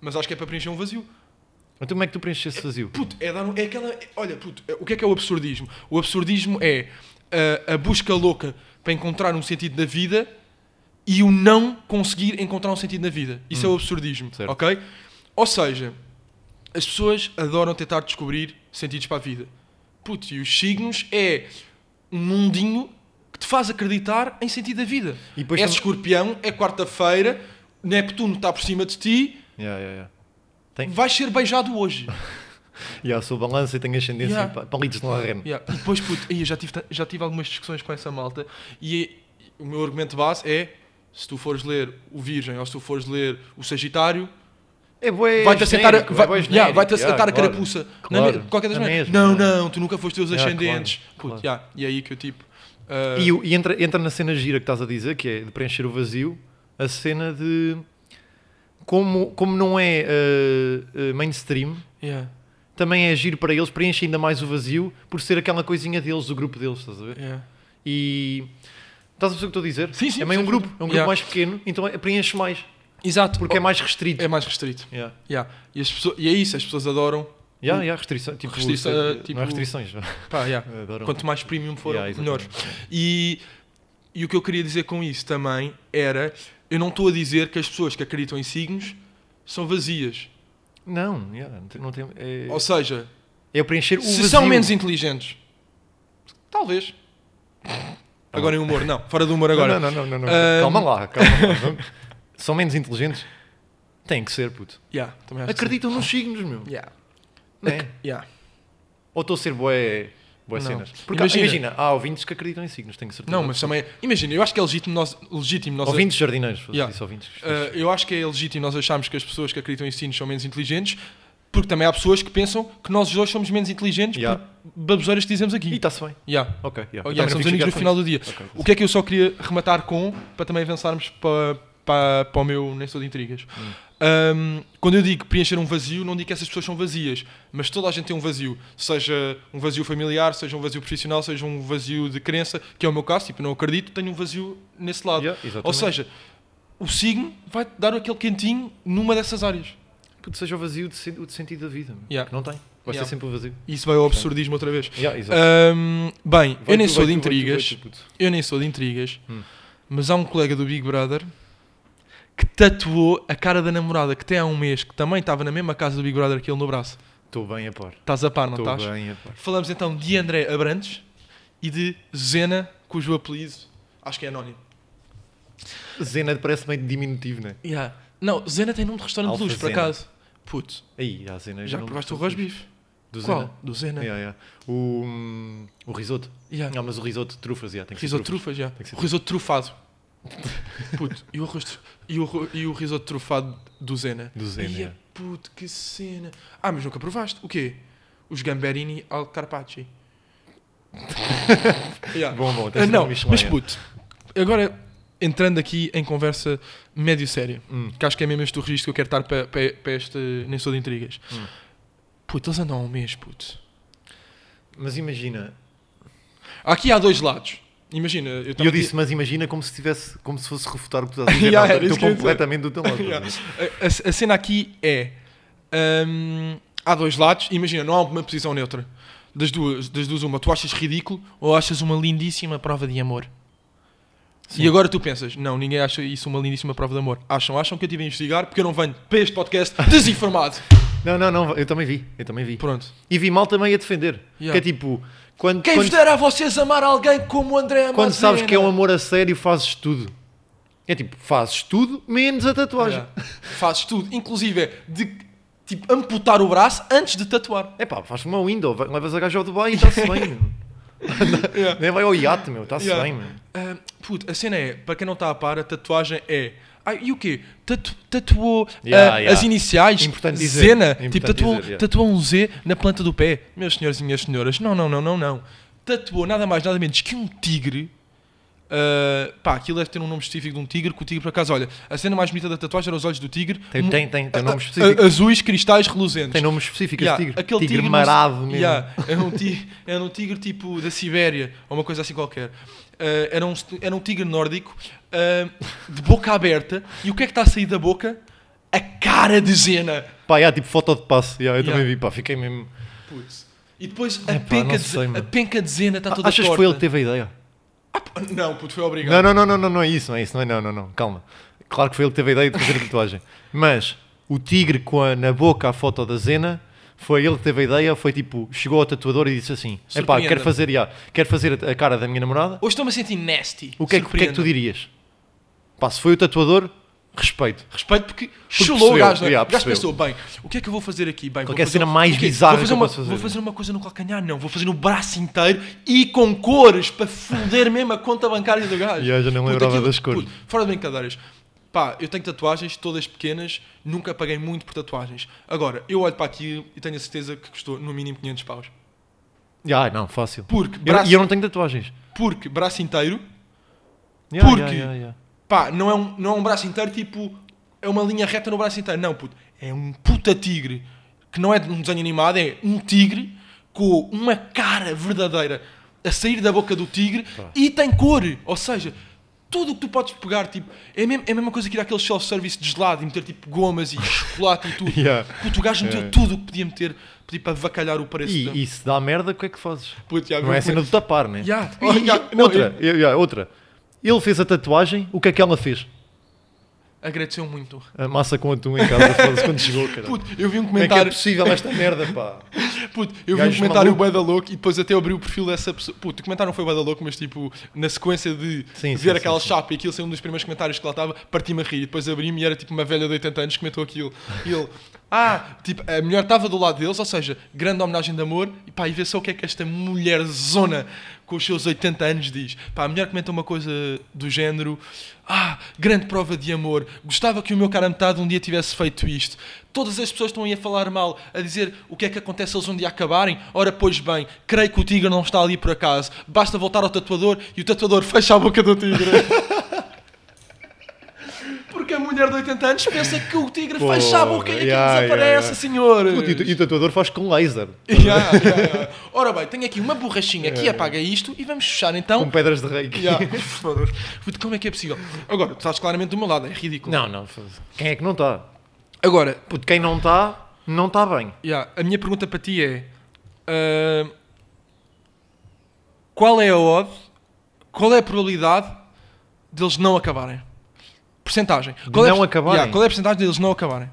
Mas acho que é para preencher um vazio.
Então como é que tu preenches esse vazio?
Puto, é, dar um- é aquela. é- olha, puto, é- o que é que é o absurdismo? O absurdismo é ah, a busca louca para encontrar um sentido na vida e o não conseguir encontrar um sentido na vida. Isso é o absurdismo,
Hum. Certo.
ok? Ou seja, as pessoas adoram tentar descobrir sentidos para a vida. Puto, e os signos é um mundinho que te faz acreditar em sentido da vida.
E depois
é
tam-
escorpião, é quarta-feira, Neptuno está por cima de ti,
Yeah, yeah, yeah. Tem,
vais ser beijado hoje.
yeah, sou balança e tenho ascendência
Yeah.
em pa- palitos de larreno.
Yeah. E depois, puto, aí eu já tive, ta- já tive algumas discussões com essa malta e o meu argumento base é se tu fores ler o Virgem ou se tu fores ler o Sagitário,
É bué
vai-te assentar, a-
genérico,
vai,
é bué
yeah, vai-te
genérico,
assentar
yeah,
a
claro.
carapuça.
Claro, É
Na me- qualquer das
na
maneiras.
mesma,
Não,
yeah.
não, tu nunca foste os
Yeah,
ascendentes.
claro,
Puto,
claro.
yeah. E aí que eu tipo... ah,
E, o- e entra, entra na cena gira que estás a dizer, que é de preencher o vazio, a cena de como, como não é uh, uh, mainstream,
ah, yeah,
também é giro para eles, preenche ainda mais o vazio por ser aquela coisinha deles, do grupo deles, estás a ver?
yeah.
E estás a perceber o que estou a dizer?
Sim, sim,
é meio um
sim,
grupo,
sim.
é um grupo
Yeah.
mais pequeno, então é- preenche mais,
Exato,
porque é mais restrito.
é mais restrito.
Yeah.
Yeah. E, as pessoas, e é isso, as pessoas adoram.
Yeah, yeah, restrição, tipo,
Restrição,
sei-
uh,
não
tipo-
é restrições.
Pá, yeah.
Adoram.
Quanto mais premium for,
Yeah,
melhor.
exatamente.
E, e o que eu queria dizer com isso também era: eu não estou a dizer que as pessoas que acreditam em signos são vazias.
Não, yeah, não tem- não tem, é,
Ou seja,
é preencher o
se
vazio.
são menos inteligentes, talvez. Agora em humor, não, fora do humor agora. Ah,
Não, não, não, não, não.
Ahm.
Calma lá, calma lá. Vamos- São menos inteligentes? Tem que ser, puto.
Yeah, também acho que
Acreditam nos signos, meu.
sim. Yeah,
Né?
yeah.
Ou estou a ser boé Boas
Não.
cenas. Porque imagina.
Imagina.
imagina, há ouvintes que acreditam em signos, tenho certeza.
Não, mas também. Imagina, eu acho que é legítimo nós. Legítimo nós
Ouvintes jardineiros,
Yeah.
disse ouvintes.
Ah, eu acho que é legítimo nós acharmos que as pessoas que acreditam em signos são menos inteligentes, porque também há pessoas que pensam que nós dois somos menos inteligentes
Yeah.
por baboseiras que dizemos
e
aqui.
está-se tá bem.
Yeah.
Ok, yeah.
Oh,
Eu
Eh, yeah,
também
somos
não fico
amigos no
chateado
final
com
do dia.
isso. Ok.
O que é que eu só queria rematar com, para também avançarmos para, para, para o meu Nem Sou de Intrigas?
Hum.
Um, quando eu digo preencher um vazio, não digo que essas pessoas são vazias, mas toda a gente tem um vazio, seja um vazio familiar, seja um vazio profissional, seja um vazio de crença, que é o meu caso, tipo, não acredito, tenho um vazio nesse lado.
Yeah, exatamente.
Ou seja, o signo vai te dar aquele cantinho numa dessas áreas.
Puto, seja o vazio de, sen- o de sentido da vida. meu.
Yeah.
Que não tem. Vai
Yeah.
ser sempre o vazio.
E Isso vai ao absurdismo outra vez.
Yeah, exato.
Um, bem,
Vai
eu nem
tu,
sou
vai
de
tu, vai tu, vai
intrigas.
tu, puto.
Eu nem sou de intrigas,
Hum.
mas há um colega do Big Brother que tatuou a cara da namorada que tem há um mês, que também estava na mesma casa do Big Brother que ele no braço.
Estou bem a par.
Estás a par, não
Estou
estás?
bem a par.
Falamos então de André Abrantes e de Zena, cujo apelido acho que é anónimo.
Zena parece meio diminutivo, não é?
Não, Zena tem nome de restaurante
Alfa
de luz, por
Zena.
acaso. Puto,
Aí, a Zena. eu
já
não
provaste o
gosto
roast
muito.
beef?
Do
Qual?
Zena.
Do Zena.
Yeah, yeah. O, hum, o risoto.
Yeah.
Não, mas o risoto de trufas, yeah, tem que ser
Risoto de
trufas.
trufas, já.
que ser
O risoto trufado. Puto, e o, arroz de- e, o, arro- e o risoto trufado do Zena?
Do Zena,
Ia,
yeah.
puto, que cena. Ah, mas nunca provaste. O quê? Os gamberini al carpacci. Yeah.
Bom, bom, tem
Ah,
que ser
não,
um Michelin,
mas
yeah.
puto, agora entrando aqui em conversa médio séria,
Hum.
que acho que é mesmo este o registro que eu quero estar para este Nem Sou de Intrigas.
Hum.
Puto, eles andam há um mês, puto.
Mas imagina,
Aqui há dois lados. Imagina, eu
E
também
eu
tinha-
disse, mas imagina como se tivesse, como se fosse refutar o que tu estás a dizer.
Yeah,
não,
era isso
estou
que eu ia dizer.
completamente do teu lado. tá
Yeah. A, a- a cena aqui é. hum, há dois lados, imagina, não há uma posição neutra. Das duas, das duas, uma, tu achas ridículo ou achas uma lindíssima prova de amor? E agora tu pensas, não, ninguém acha isso uma lindíssima prova de amor. Acham, acham que eu estive a investigar porque eu não venho para este podcast desinformado.
Não, não, não, eu também vi, eu também vi.
Pronto.
E vi mal também a defender.
Yeah.
Que é tipo, quando,
Quem vos
quando,
dera a vocês amar alguém como o André
quando sabes que é um
uma
amor a sério, fazes tudo. É tipo, fazes tudo menos a tatuagem.
Fazes tudo, inclusive é de tipo, amputar o braço antes de tatuar.
É pá, faz uma window, vai- levas a gaja ao Dubai e está-se bem. meu.
Yeah.
Nem vai ao iate, meu, está-se
Yeah.
bem, meu.
Ah, puto, a cena é, para quem não está a par, a tatuagem é. Ai, e o quê? Tatu- tatuou
Yeah,
ah,
yeah.
as iniciais?
Importante dizer.
Zena?
Importante
tipo, tatuou,
dizer, yeah.
tatuou um Z na planta do pé. Meus senhores e minhas senhoras, não, não, não, não, não. Tatuou nada mais, nada menos que um tigre. Ah, pá, aquilo deve ter um nome específico de um tigre. Que o tigre, por acaso, olha, a cena mais bonita da tatuagem era os olhos do tigre.
Tem,
mu-
tem, tem, tem
a-
nome
a-
específico.
azuis, cristais, reluzentes.
Tem nome específico,
Yeah,
esse tigre.
aquele
tigre,
não-
marado mesmo.
Yeah, era, um tigre, era um tigre tipo da Sibéria, ou uma coisa assim qualquer. Eh, era, um, st- era um tigre nórdico, eh, de boca aberta, e o que é que está a sair da boca? A cara de Zena!
Pá, yeah, tipo foto de passe. Yeah, eu
Yeah.
também vi, pá, fiquei mesmo.
Putz. E depois a,
Epá, não
penca, de,
sei,
Ze- a
mano.
penca de Zena está toda
Achas que
torta.
foi ele que teve a ideia?
Ah, pá, não, puto, foi
Não,
obrigado.
não, não, não, não, não é isso, não é isso, não é, não, não, não, calma. Claro que foi ele que teve a ideia de fazer a tatuagem. Mas o tigre com a- na boca a foto da Zena, foi ele que teve a ideia, foi tipo, chegou ao tatuador e disse assim: Epá,
Surpreenda-me."
quero fazer, já, quero fazer a cara da minha namorada,
Hoje estou-me a sentir nasty.
o que, é, que- o que é que tu
Surpreenda.
dirias? Pá, se foi o tatuador, respeito.
Respeito porque chulou o
percebeu,
gajo. não é?
yeah,
o gajo
percebeu.
pensou, bem, o que é que eu vou fazer aqui? Bem, vou
Qualquer
fazer
cena
um-
mais
o quê?
bizarra
vou
que
fazer,
eu
uma,
posso fazer.
vou fazer uma coisa no calcanhar, não. Vou fazer no braço inteiro e com cores para foder mesmo a conta bancária do gajo.
Yeah, já não
Puta,
lembrava
aquilo-
das cores.
puto, fora de brincadeiras. Pá, eu tenho tatuagens, todas pequenas, nunca paguei muito por tatuagens. Agora, eu olho para aquilo e tenho a certeza que custou no mínimo 500 paus.
Ah, não, fácil.
Porque
E eu,
braço,
e eu não tenho tatuagens.
porque braço inteiro,
Yeah,
Porque-
yeah, yeah, yeah.
pá, não é, um, não é um braço inteiro tipo. É uma linha reta no braço inteiro. Não, puto. É um puta tigre. Que não é de um desenho animado, é um tigre com uma cara verdadeira a sair da boca do tigre e tem cor. Ou seja, tudo o que tu podes pegar, tipo. É, mesmo, é a mesma coisa que ir àquele self-service de gelado e meter tipo gomas e chocolate e tudo.
Yeah.
Puto, o gajo meteu
Yeah.
tudo o que podia meter, pedir para avacalhar o preço. da-
E, e se dá merda, o que é que fazes?
Puto, já,
Não é a
vou-
cena do tapar, né?
Yeah.
E- e-
Yeah, não,
outra, eu- yeah, outra. Ele fez a tatuagem, o que é que ela fez?
Agradeceu muito.
A massa com atum em casa, foda-se, quando chegou, cara.
Puto, eu vi um
Como é que é
comentário.
possível esta merda, pá?
Puto, eu vi um
Gajos
comentário bué
malucos.
da louco e depois até abri o perfil dessa pessoa. Puto, o comentário não foi bué da louco, mas tipo, na sequência de
Sim, sim,
ver
sim,
aquela
sim.
chapa e aquilo ser um dos primeiros comentários que lá estava, parti-me a rir. E depois abri-me e era tipo uma velha de 80 anos que comentou aquilo. E ele, Ah, tipo, a mulher estava do lado deles, ou seja, grande homenagem de amor. E pá, e vê só o que é que esta mulher zona com os seus 80 anos diz. Pá, a mulher comenta uma coisa do género: Ah, grande prova de amor. Gostava que o meu cara metade um dia tivesse feito isto. Todas as pessoas estão aí a falar mal, a dizer o que é que acontece se eles um dia acabarem. Ora, pois bem, creio que o tigre não está ali por acaso. Basta voltar ao tatuador e o tatuador fecha a boca do tigre. Porque a mulher de 80 anos pensa que o tigre
Porra,
fecha a boca e aquilo
yeah,
desaparece,
yeah, yeah.
senhor.
Puto, e o- e o tatuador faz com laser.
Yeah, yeah, yeah. Ora bem, tenho aqui uma borrachinha que apaga isto e vamos fechar
É. Com
então.
pedras de reiki.
Yeah. Foda-se. Puto, Como é que é possível? Agora, tu estás claramente do meu lado, é ridículo.
Não, não. foda-se. Quem é que não está?
Agora,
Puto, quem não está, não está bem.
yeah, a minha pergunta para ti é: ah, qual é a odd, qual é a probabilidade deles não acabarem? Percentagem. Qual é a
não
per-
acabarem?
Yeah, qual é a percentagem deles não acabarem?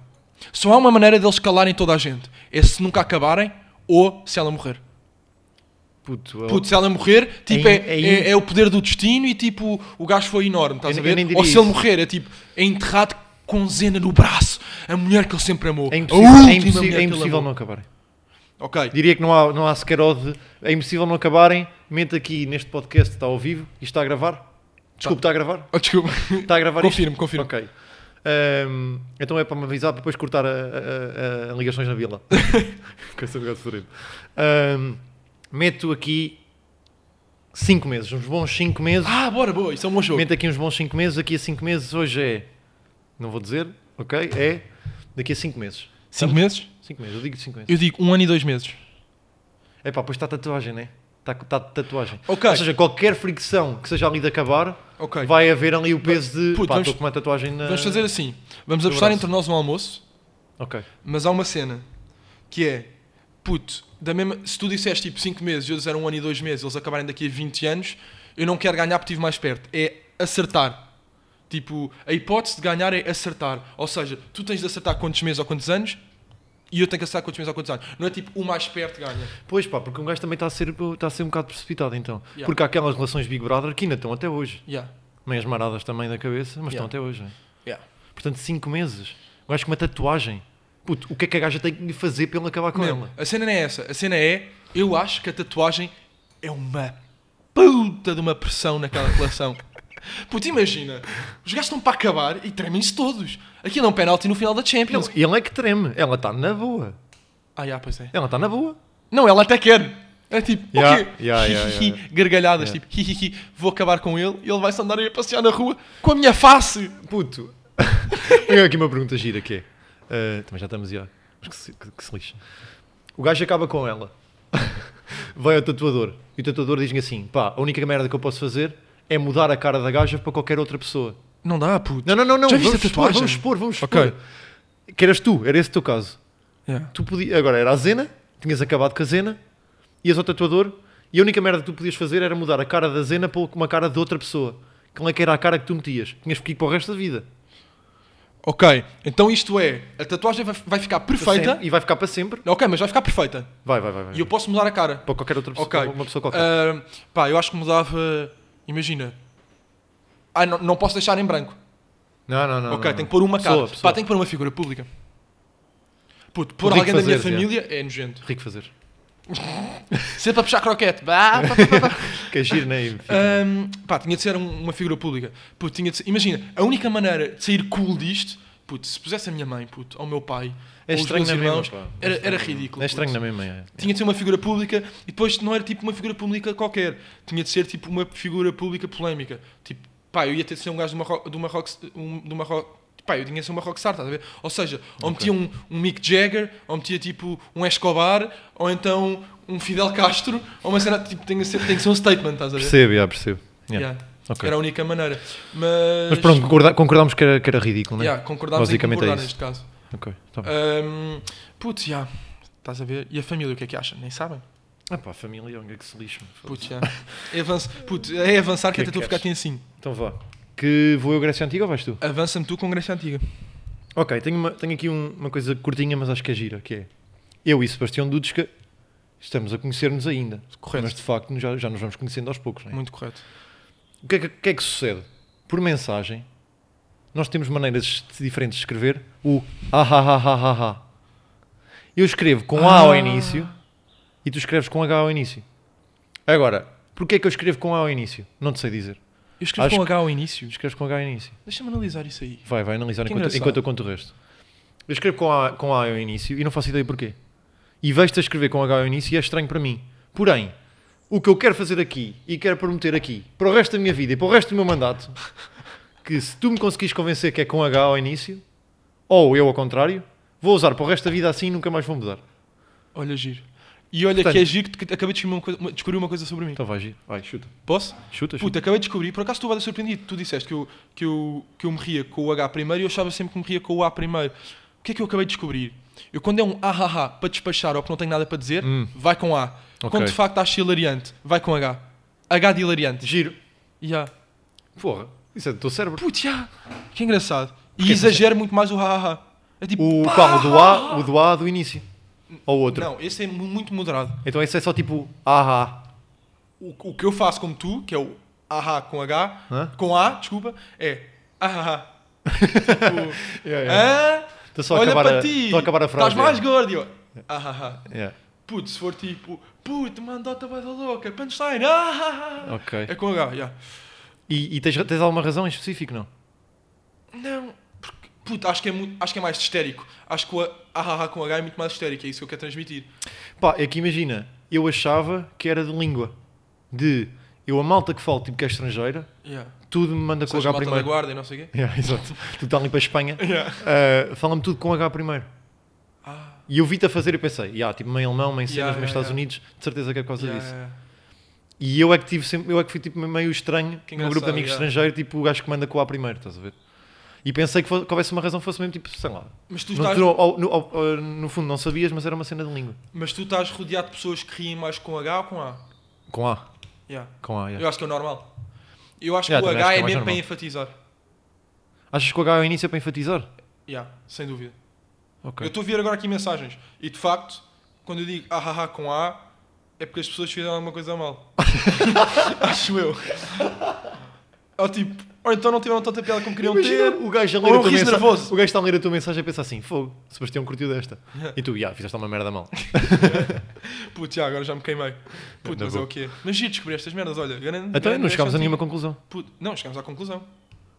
Só há uma maneira deles calarem toda a gente: é se nunca acabarem ou se ela morrer.
Puto,
Puto, se ela morrer, tipo,
É
é,
in- é in-
é- é o poder do destino e tipo, o gajo foi enorme, estás
Eu
a
nem-
ver?
eu nem diria
Ou se
isso.
ele morrer, é tipo, é enterrado com zena no braço, a mulher que ele sempre amou.
é
a
impossível,
última
é impossível-
mulher que
é
ele
impossível não
amou.
acabarem.
Ok,
Diria que não há, não há sequer ode. É impossível não acabarem. Mente aqui neste podcast, está ao vivo. Isto está a
Tá.
gravar? Desculpe, está a gravar?
Oh, desculpa.
Está a gravar
Confirmo,
isto?
confirmo.
Ok. Ahm, então é para me avisar para depois cortar a, a- a- a ligações na vila. Com esse um bocado fodido. Ahm, meto aqui 5 meses, uns bons 5 meses.
Ah, bora, boa, isso é um bom jogo.
Mete aqui uns bons 5 meses, daqui a 5 meses hoje é. Não vou dizer, ok? É daqui a 5 meses.
5 meses?
5 meses, eu digo 5 meses.
Eu digo um ano e dois meses.
É pá, pois está tatuagem, né? Está tá tatuagem.
Ok.
Ou seja, qualquer fricção que seja ali de acabar,
Ok.
vai haver ali o peso de.
Puto,
pá,
vamos-
estou com uma tatuagem na.
Vamos fazer assim: vamos apostar
braço.
entre nós um almoço,
Ok.
mas há uma cena que é, puto, da mesma, se tu disseste tipo 5 meses, eu disser um ano e dois meses, eles acabarem daqui a 20 anos, eu não quero ganhar porque estive mais perto. É acertar. Tipo, a hipótese de ganhar é acertar. Ou seja, tu tens de acertar quantos meses ou quantos anos e eu tenho que acertar quantos meses ou quantos anos. Não é tipo o mais perto ganha.
Pois pá, porque um gajo também está a ser, está a ser um bocado precipitado então.
Yeah.
Porque há aquelas relações Big Brother que ainda estão até hoje.
Yeah.
Meias maradas também da cabeça, mas
Yeah.
estão até hoje. né?
Yeah.
Portanto, 5 meses. Um gajo com uma tatuagem. Puto, o que é que a gaja tem que lhe fazer para ele acabar com
Não,
ela?
a cena não é essa. A cena é, eu acho que a tatuagem é uma puta de uma pressão naquela relação. Puta, imagina, os gajos estão para acabar e tremem-se todos. Aquilo é um penalti no final da Champions.
Ele, ele é que treme. Ela está na boa.
Ah, já, pois é.
Ela está na boa.
Não, ela até quer. É tipo,
Yeah,
ok,
yeah,
hi,
yeah,
hi, hi,
yeah.
gargalhadas,
Yeah.
tipo, hi, hi, hi, vou acabar com ele e ele vai-se andar aí a passear na rua com a minha face.
Puto. Tenho aqui uma pergunta gira que é. eh, também já estamos já. Mas que se, que, que se lixa. O gajo acaba com ela. Vai ao tatuador. E o tatuador diz-lhe assim: pá, a única merda que eu posso fazer é mudar a cara da gaja para qualquer outra pessoa.
Não dá, puto.
Não, não, não, não.
Já
vamos
viste a
expor,
tatuagem?
vamos expor, vamos expor.
Ok.
Que eras tu, era esse o teu caso.
Yeah.
Tu podias, agora era a Zena, tinhas acabado com a Zena, ias ao tatuador e a única merda que tu podias fazer era mudar a cara da Zena para uma cara de outra pessoa. Qual é que era a cara que tu metias? Tinhas que ir para o resto da vida.
Ok, então isto é, a tatuagem vai, vai ficar perfeita.
E vai ficar para sempre.
Ok, mas vai ficar perfeita.
Vai, vai, vai. vai.
E eu posso mudar a cara.
Para qualquer outra pessoa,
Ok.
para uma pessoa qualquer.
Ah, pá, eu acho que mudava. Imagina. Ah, não, não posso deixar em branco.
não, não,
ok,
não. não,
tenho
não.
que pôr uma cara.
Pessoa, pessoa.
Pá, tenho que pôr uma figura pública. Puto, pôr
Rico
alguém da minha
Fazeres,
família é nojento.
Rico fazer.
Sempre a puxar croquete. Bah, pá, pá, pá, pá.
Que é giro, né? Enfim.
Ahm, pá, tinha de ser um- uma figura pública. Puto, tinha de ser- Imagina, a única maneira de sair cool disto, puto, se pusesse a minha mãe, puto, ao meu pai,
É
aos
estranho
meus
na mesma,
irmãos,
pá. É
era,
estranho
era
na mesma.
ridículo.
É estranho
puto.
na mesma. é.
Tinha de ser uma figura pública e depois não era tipo uma figura pública qualquer. Tinha de ser tipo uma figura pública polémica. Tipo, pá, eu ia ter de ser um gajo de uma, ro- de uma rock. Um, de uma rock pá, eu tinha de ser uma rockstar, estás a ver? Ou seja, ou metia um, um Mick Jagger, ou metia tipo um Escobar, ou então um Fidel Castro, ou uma cena. Tipo, tem que ser, tem que ser um statement, estás a ver?
Percebo, já, percebo. Yeah.
Yeah.
Ok.
Era a única maneira. Mas.
Mas pronto, concorda- concordámos que era, que era ridículo, né?
yeah, concordámos em
basicamente é
concordar
isso.
neste caso.
Ok, tá bom.
Um, putz, já. Estás a ver? E a família, o que é que acha? Nem sabem?
Ah pá, família, onde é que se lixa?
Putz, já. É, avança- putz, é avançar que,
Que é
até
que
estou a ficar
queres?
aqui assim.
Então vá. Que vou eu Grécia Antiga ou vais tu?
Avança-me tu com Grécia Antiga.
Ok, tenho, uma- tenho aqui um- uma coisa curtinha, mas acho que é gira, que é eu e Sebastião Dudesca estamos a conhecer-nos ainda.
Correto.
Mas de facto já, já nos vamos conhecendo aos poucos. Né?
Muito correto.
O que é que, o que é que sucede? Por mensagem, nós temos maneiras diferentes de escrever o ah, ah, ah, ah, ah, ah. Eu escrevo com A ao
Ah.
início e tu escreves com H ao início. Agora, porquê é que eu escrevo com A ao início? Não te sei dizer.
Eu escrevo
Acho
com H ao início.
Escreves com H ao início.
Deixa-me analisar isso aí.
Vai, vai analisar
Que
enquanto,
engraçado.
enquanto eu conto o resto. Eu escrevo com A, com A ao início e não faço ideia porquê. E vejo-te a escrever com H ao início e é estranho para mim. Porém, o que eu quero fazer aqui e quero prometer aqui para o resto da minha vida e para o resto do meu mandato, que se tu me conseguires convencer que é com H ao início, ou eu ao contrário, vou usar para o resto da vida assim e nunca mais vou mudar.
Olha, giro. E olha
Portanto-
que é giro que te- acabei de descobrir uma coisa, uma- descobrir uma coisa sobre mim.
Então vai, giro. Vai, chuta.
Posso?
Chuta, chuta.
Puta, acabei de descobrir. Por acaso tu vais ser surpreendido. Tu disseste que eu, que, eu, que eu me ria com o H primeiro e eu achava sempre que me ria com o A primeiro. O que é que eu acabei de descobrir? Eu quando é um ahaha para despachar ou que não tenho nada para dizer,
Hum.
vai com A.
Ok.
Quando de facto acho hilariante, vai com H. H de hilariante.
é Giro.
Yeah.
Porra, isso é do teu cérebro.
Putz, yeah. que engraçado. E
Porquê que
exagero muito mais o hahaha. É tipo,
O
pá.
qual? O do A, o do A do início. Ou outro.
Não, esse é mu- muito moderado.
Então esse é só tipo, ahá.
O, o que eu faço como tu, que é o ahá com H,
Hã?
com A, desculpa, é ahaha. tipo,
Yeah, yeah.
ah,
Estou só a
olha
acabar
para
a-
ti,
estou a acabar a frase,
estás mais
é.
gordo. E eu, ahaha.
Yeah.
Puto, se for tipo, puto, mandota vai da louca, punchline, ahaha.
Ok.
É com H, yeah.
E, e tens, tens alguma razão em específico, não?
Não, porque, puto, acho que, é muito, acho que é mais histérico. Acho que o ahaha com H é muito mais histérico, é isso que eu quero transmitir.
Pá, é que imagina, eu achava que era de língua. De eu a malta que falo tipo que é estrangeira,
Yeah.
tudo me manda com
Seja
H
malta da
primeiro.
guarda e não sei o quê.
Yeah, exato. tu estás ali para a Espanha,
Yeah.
uh, fala-me tudo com H primeiro.
Ah,
E eu vi-te a fazer e pensei, yeah, tipo meio alemão, meio cenas,
Yeah,
meio
yeah,
Estados
yeah.
Unidos, de certeza que é por causa
yeah,
disso.
yeah.
E eu é que tive sempre, eu é que fui tipo meio estranho
Que
no grupo
engraçado,
de amigos
yeah.
estrangeiros, tipo o gajo que manda com A primeiro, estás a ver? E pensei que, fo- que houvesse uma razão, fosse mesmo tipo, sei lá.
Mas tu
No,
estás...
tu, ao- no- ao- ao- no fundo não sabias, mas era uma cena de língua.
Mas tu estás rodeado de pessoas que riem mais com H ou com A?
Com A.
Yeah.
Com A, yeah.
Eu acho que é o normal. Eu acho
Yeah,
que o
também
H
acho que é
é,
mais
mesmo
normal.
para enfatizar.
Achas que o H é o início para enfatizar?
Yeah, sem dúvida. Eu
Ok.
estou a ver agora aqui mensagens. E de facto, quando eu digo ahaha com A, é porque as pessoas fizeram alguma coisa mal. acho eu. Ou tipo, ou então não tiveram tanta piada como queriam ter.
o gajo a
Ou
ler
é
a
um
tua
riso
mensagem.
nervoso.
O gajo está a ler a tua mensagem e pensa assim: fogo, Sebastião curtiu desta. E tu, já, fizeste uma merda mal.
Putz, já, agora já me queimei. Putz,
Na
mas é
boa.
o quê? Mas giro descobrir estas merdas, olha. grande-
Então não
grande
chegámos a
esta
nenhuma
antiga.
conclusão.
Put- Não, chegámos à conclusão.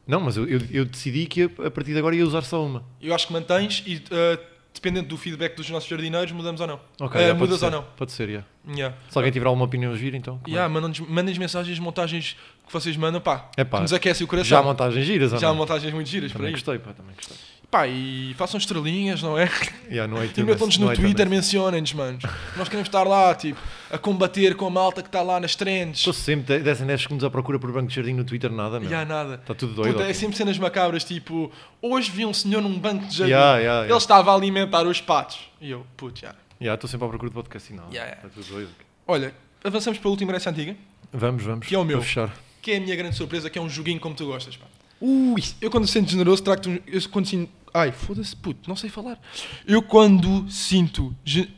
Não, mas eu, eu, eu decidi que a, a partir de agora ia usar só uma.
Eu acho que mantens e ah, dependendo do feedback dos nossos jardineiros, mudamos ou não.
Ok,
Ah,
já, pode
mudas
ser.
ou não.
Pode ser, já.
Yeah.
Se alguém tiver alguma opinião, gira então. como
Yeah, mandam-nos- mandem-nos mensagens, montagens que vocês mandam, pá.
Epá,
que nos aquece o
é?
coração.
Já há montagens giras, ou
Já há
não?
montagens muito giras para
Também
isto.
gostei, pá, também gostei.
Pá, e façam estrelinhas, não é?
Já, não é
E
tendência,
metam-nos no
não é
Twitter,
tendência.
mencionem-nos, manos. Nós queremos estar lá, tipo, a combater com a malta que está lá nas trends.
Estou sempre 10 em 10 segundos à procura por banco de jardim no Twitter, nada,
E
meu.
há nada.
Está tudo Tá doido.
Puta, é
ok.
sempre cenas macabras, tipo, hoje vi um senhor num banco de jardim.
Yeah, yeah, yeah.
Ele estava a alimentar os patos. E eu, putz, já.
Já, Estou sempre à procura de podcast e nada.
Já, já.
Está tudo doido. ok.
Olha, avançamos para a última herança antiga,
Vamos, vamos.
Que é o meu.
Vou fechar.
que é a minha grande surpresa, que é um joguinho como tu gostas, pá.
Ui!
Eu quando sinto generoso, trago-te um... Eu quando sinto... Ai, foda-se, puto, não sei falar. Eu quando sinto... ge-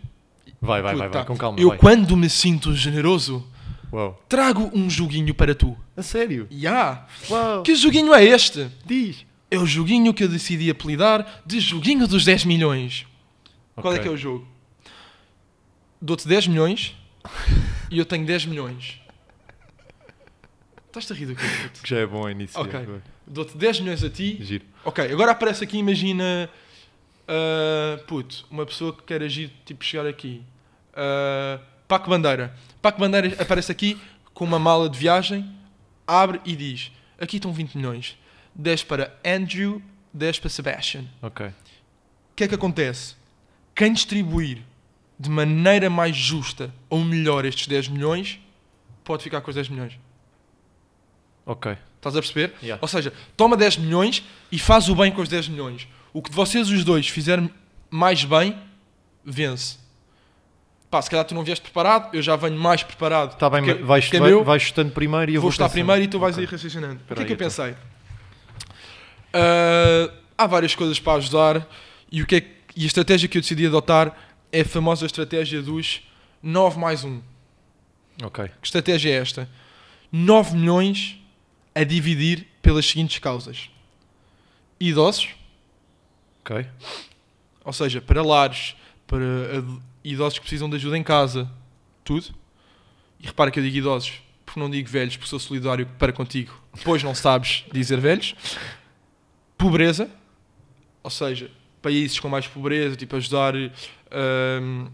Vai, vai,
Puto,
vai, vai,
tá.
com calma.
Eu
vai.
quando me sinto generoso,
Uau.
trago um joguinho para tu.
A sério?
Ya!
Uau.
Que joguinho é este?
diz?
É o joguinho que eu decidi apelidar de Joguinho dos 10 milhões. Qual é que é o jogo? Dou-te 10 milhões e eu tenho 10 milhões. Estás-te a rir do quê, puto?
Que já é bom ao início.
Ok.
é.
Dou-te 10 milhões a ti
Giro.
Ok, agora aparece aqui, imagina. ah, puto, uma pessoa que quer agir, tipo, chegar aqui. Ah, Paco Bandeira. Paco Bandeira aparece aqui com uma mala de viagem, abre e diz: Aqui estão 20 milhões. 10 para Andrew, 10 para Sebastian.
Ok.
O que é que acontece? Quem distribuir de maneira mais justa ou melhor estes 10 milhões pode ficar com os 10 milhões.
Ok.
Estás a perceber?
Yeah.
Ou seja, toma 10 milhões e faz o bem com os 10 milhões. O que de vocês os dois fizerem mais bem, vence. Pá, se calhar tu não vieste preparado, eu já venho mais preparado.
Está Tá bem,
Porque-
mas vais,
porque é
vai-
meu,
vais chutando primeiro e eu
vou,
vou.
estar
pensando.
primeiro e tu vais
Ok.
aí raciocinando. O que é
Peraí,
que eu
então.
pensei? Ah, há várias coisas para ajudar e, o que é que- e a estratégia que eu decidi adotar é a famosa estratégia dos 9 mais 1.
Ok.
Que estratégia é esta? 9 milhões a dividir pelas seguintes causas: idosos,
Ok.
ou seja, para lares, para ad- idosos que precisam de ajuda em casa, tudo. E repara que eu digo idosos, porque não digo velhos, porque sou solidário para contigo, pois não sabes dizer velhos. Pobreza, ou seja, países com mais pobreza, tipo ajudar, hum,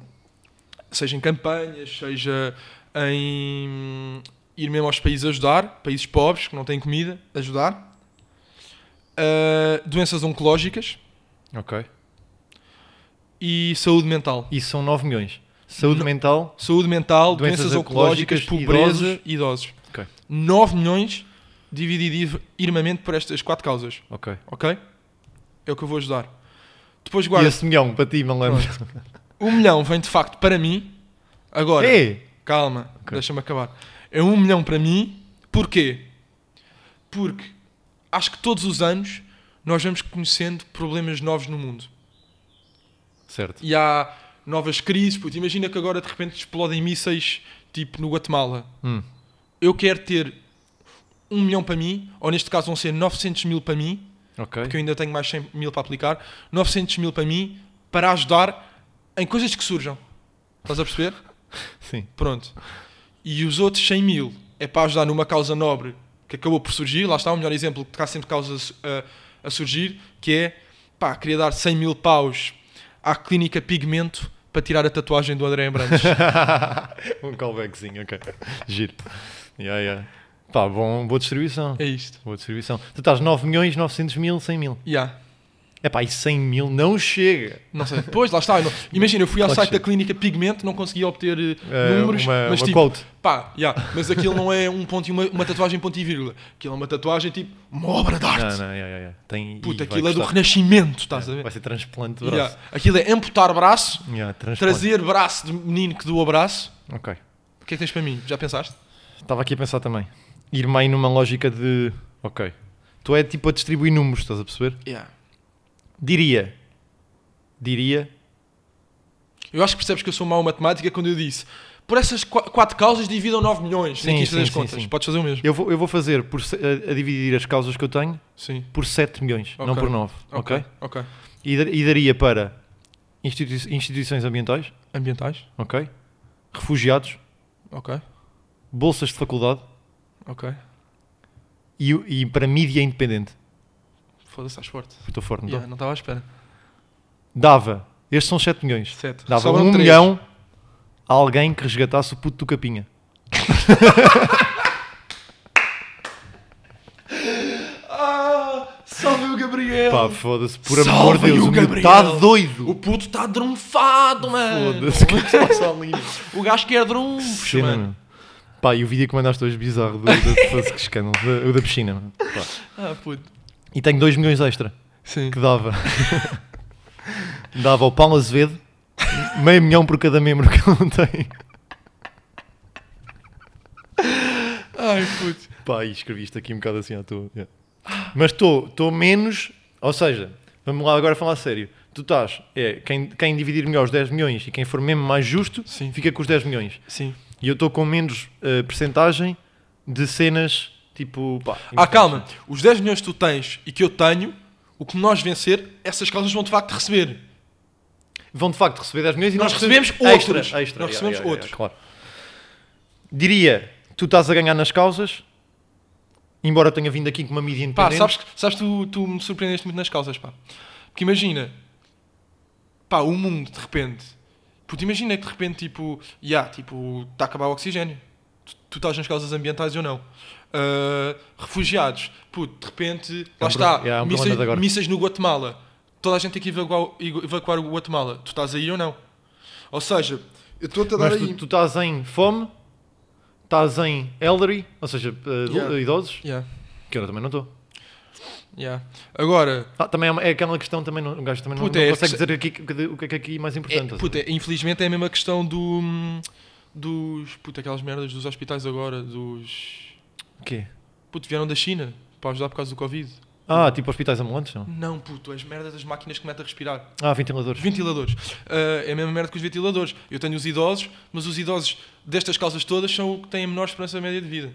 seja em campanhas, seja em ir mesmo aos países ajudar, países pobres que não têm comida, ajudar. Uh, doenças oncológicas
Ok.
e saúde mental.
E são 9 milhões. Saúde
Não.
mental,
Saúde mental, doenças,
Doenças
oncológicas,
oncológicas,
pobreza e idosos.
Ok.
9 milhões dividido irmamente por estas quatro causas,
ok.
ok? É o que eu vou ajudar. Depois
E
guarda,
esse milhão para ti, malandro.
um milhão vem de facto para mim. Agora,
Ei!
Calma,
Ok.
deixa-me acabar. É um milhão para mim. Porquê? Porque acho que todos os anos nós vamos conhecendo problemas novos no mundo.
Certo.
E há novas crises. Puto, imagina que agora de repente explodem mísseis tipo no Guatemala.
Hum.
Eu quero ter um milhão para mim, ou neste caso vão ser 900 mil para mim,
Ok.
porque eu ainda tenho mais 100 mil para aplicar. 900 mil para mim para ajudar em coisas que surjam. Estás a perceber?
Sim.
Pronto. E os outros 100 mil é para ajudar numa causa nobre que acabou por surgir. Lá está o melhor exemplo que está sempre causas a, a surgir, que é, pá, queria dar 100 mil paus à clínica Pigmento para tirar a tatuagem do André Brandes.
um callbackzinho, ok. Giro. Yeah, yeah. Pá, bom, boa distribuição.
é isto.
Boa distribuição. Tu estás 9 milhões, 900 mil, 100 mil.
Yeah.
É pá, e 100 mil não chega.
Não sei. Pois, lá está. Eu não- Imagina, eu fui ao
Claro que
site da
sim.
clínica Pigmento, não consegui obter eh,
Eh,
números,
uma,
mas
uma
tipo,
quote.
pá, yeah, mas aquilo não é um ponto e uma, uma tatuagem ponto e vírgula. Aquilo é uma tatuagem tipo uma obra de
Não,
arte.
não, yeah, yeah, yeah. Tem,
Puta,
e vai
aquilo é do
custar.
Renascimento, estás a ver?
Yeah, Vai ser transplante de
Yeah.
braço.
Aquilo é amputar braço,
Yeah, transplante.
trazer braço de menino que doa braço.
Ok.
O que é que tens para mim? Já pensaste?
Estava aqui a pensar também. Ir meio numa lógica de. Ok. Tu é tipo a distribuir números, estás a perceber? Diria. Diria.
Eu acho que percebes que eu sou mau em matemática quando eu disse por essas qua- quatro causas dividam 9 milhões. Sim,
Sim,
aqui fazer
sim,
as
sim,
contas.
sim.
Podes fazer o mesmo.
Eu vou, eu vou fazer por, se- a, a dividir as causas que eu tenho
Sim.
por 7 milhões, não
Ok.
por 9. Ok?
Ok. Ok.
E, dar- e daria para institui- instituições ambientais,
Ambientais?
ok? Refugiados,
Ok.
bolsas de faculdade
Ok.
e, o- e para mídia independente.
Foda-se, estás forte.
Estou forte, não estou?
Yeah, não estava à espera.
Dava. Estes são 7 milhões.
Sete.
Dava
Sobram
1
três.
milhão a alguém que resgatasse o puto do Capinha.
Ah, salve o Gabriel.
Pá, foda-se, por
Salve
amor de Deus,
o
o miúdo
Gabriel.
está doido.
o puto está drunfado, mano.
Foda-se, o que é que se passa ali?
O gajo quer drunfos,
Cena,
mano.
meu. Pá, e o vídeo que mandaste hoje bizarro do, do, foda-se, que escândalo, da- o da piscina. mano. Pá.
Ah, puto.
E tenho 2 milhões extra
Sim.
que dava. dava ao Paulo Azevedo meio milhão por cada membro que ele não tem.
Ai, puto.
Pá, e escrevi isto aqui um bocado assim à toa. yeah. Mas estou menos. Ou seja, vamos lá agora falar a sério. Tu estás, é, quem, quem dividir melhor os 10 milhões e quem for mesmo mais justo,
Sim.
fica com os 10 milhões.
Sim.
E eu estou com menos eh, percentagem de cenas tipo. Pá,
Ah, calma. Os 10 milhões que tu tens e que eu tenho, o que nós vencer, essas causas vão de facto receber.
Vão de facto receber 10 milhões e
Nós
nós
recebemos
extra,
outros.
extra,
Nós recebemos outros.
claro. Diria, tu estás a ganhar nas causas, embora eu tenha vindo aqui com uma mídia
Pá,
independente.
sabes, que- sabes tu, tu me surpreendeste muito nas causas, pá. Porque imagina, pá, o mundo de repente. Puto, imagina que de repente, tipo, já, tipo, está a acabar o oxigênio. Tu, tu estás nas causas ambientais ou não. Ah, refugiados, puto, de repente, lá
um
está,
pro- é, é um
mísseis,
problema de agora.
mísseis no Guatemala. Toda a gente tem que evacuar, evacuar o Guatemala. Tu estás aí ou não? Ou seja, eu estou-te a dar
Mas
aí.
tu, tu estás em fome, estás em elderly, ou seja, eh, do-
Yeah.
idosos,
Yeah,
que eu também não estou.
yeah. Agora,
Ah, também é, uma- é aquela questão, também não, o gajo também não-
Puta,
não,
é
consegue
que
dizer aqui, que- o que é que é aqui mais
É,
importante. ou
puta, infelizmente é a mesma questão do. hum, dos. Puta, aquelas merdas dos hospitais agora, dos.
seja. O quê?
Puto, vieram da China para ajudar por causa do Covid.
Ah, tipo hospitais ambulantes? Não?
Não, puto, as merdas das máquinas que metem a respirar.
Ah,
Os
ventiladores.
ventiladores. Ah, é a mesma merda que os ventiladores. Eu tenho os idosos, mas os idosos destas causas todas são o que têm a menor esperança média de vida.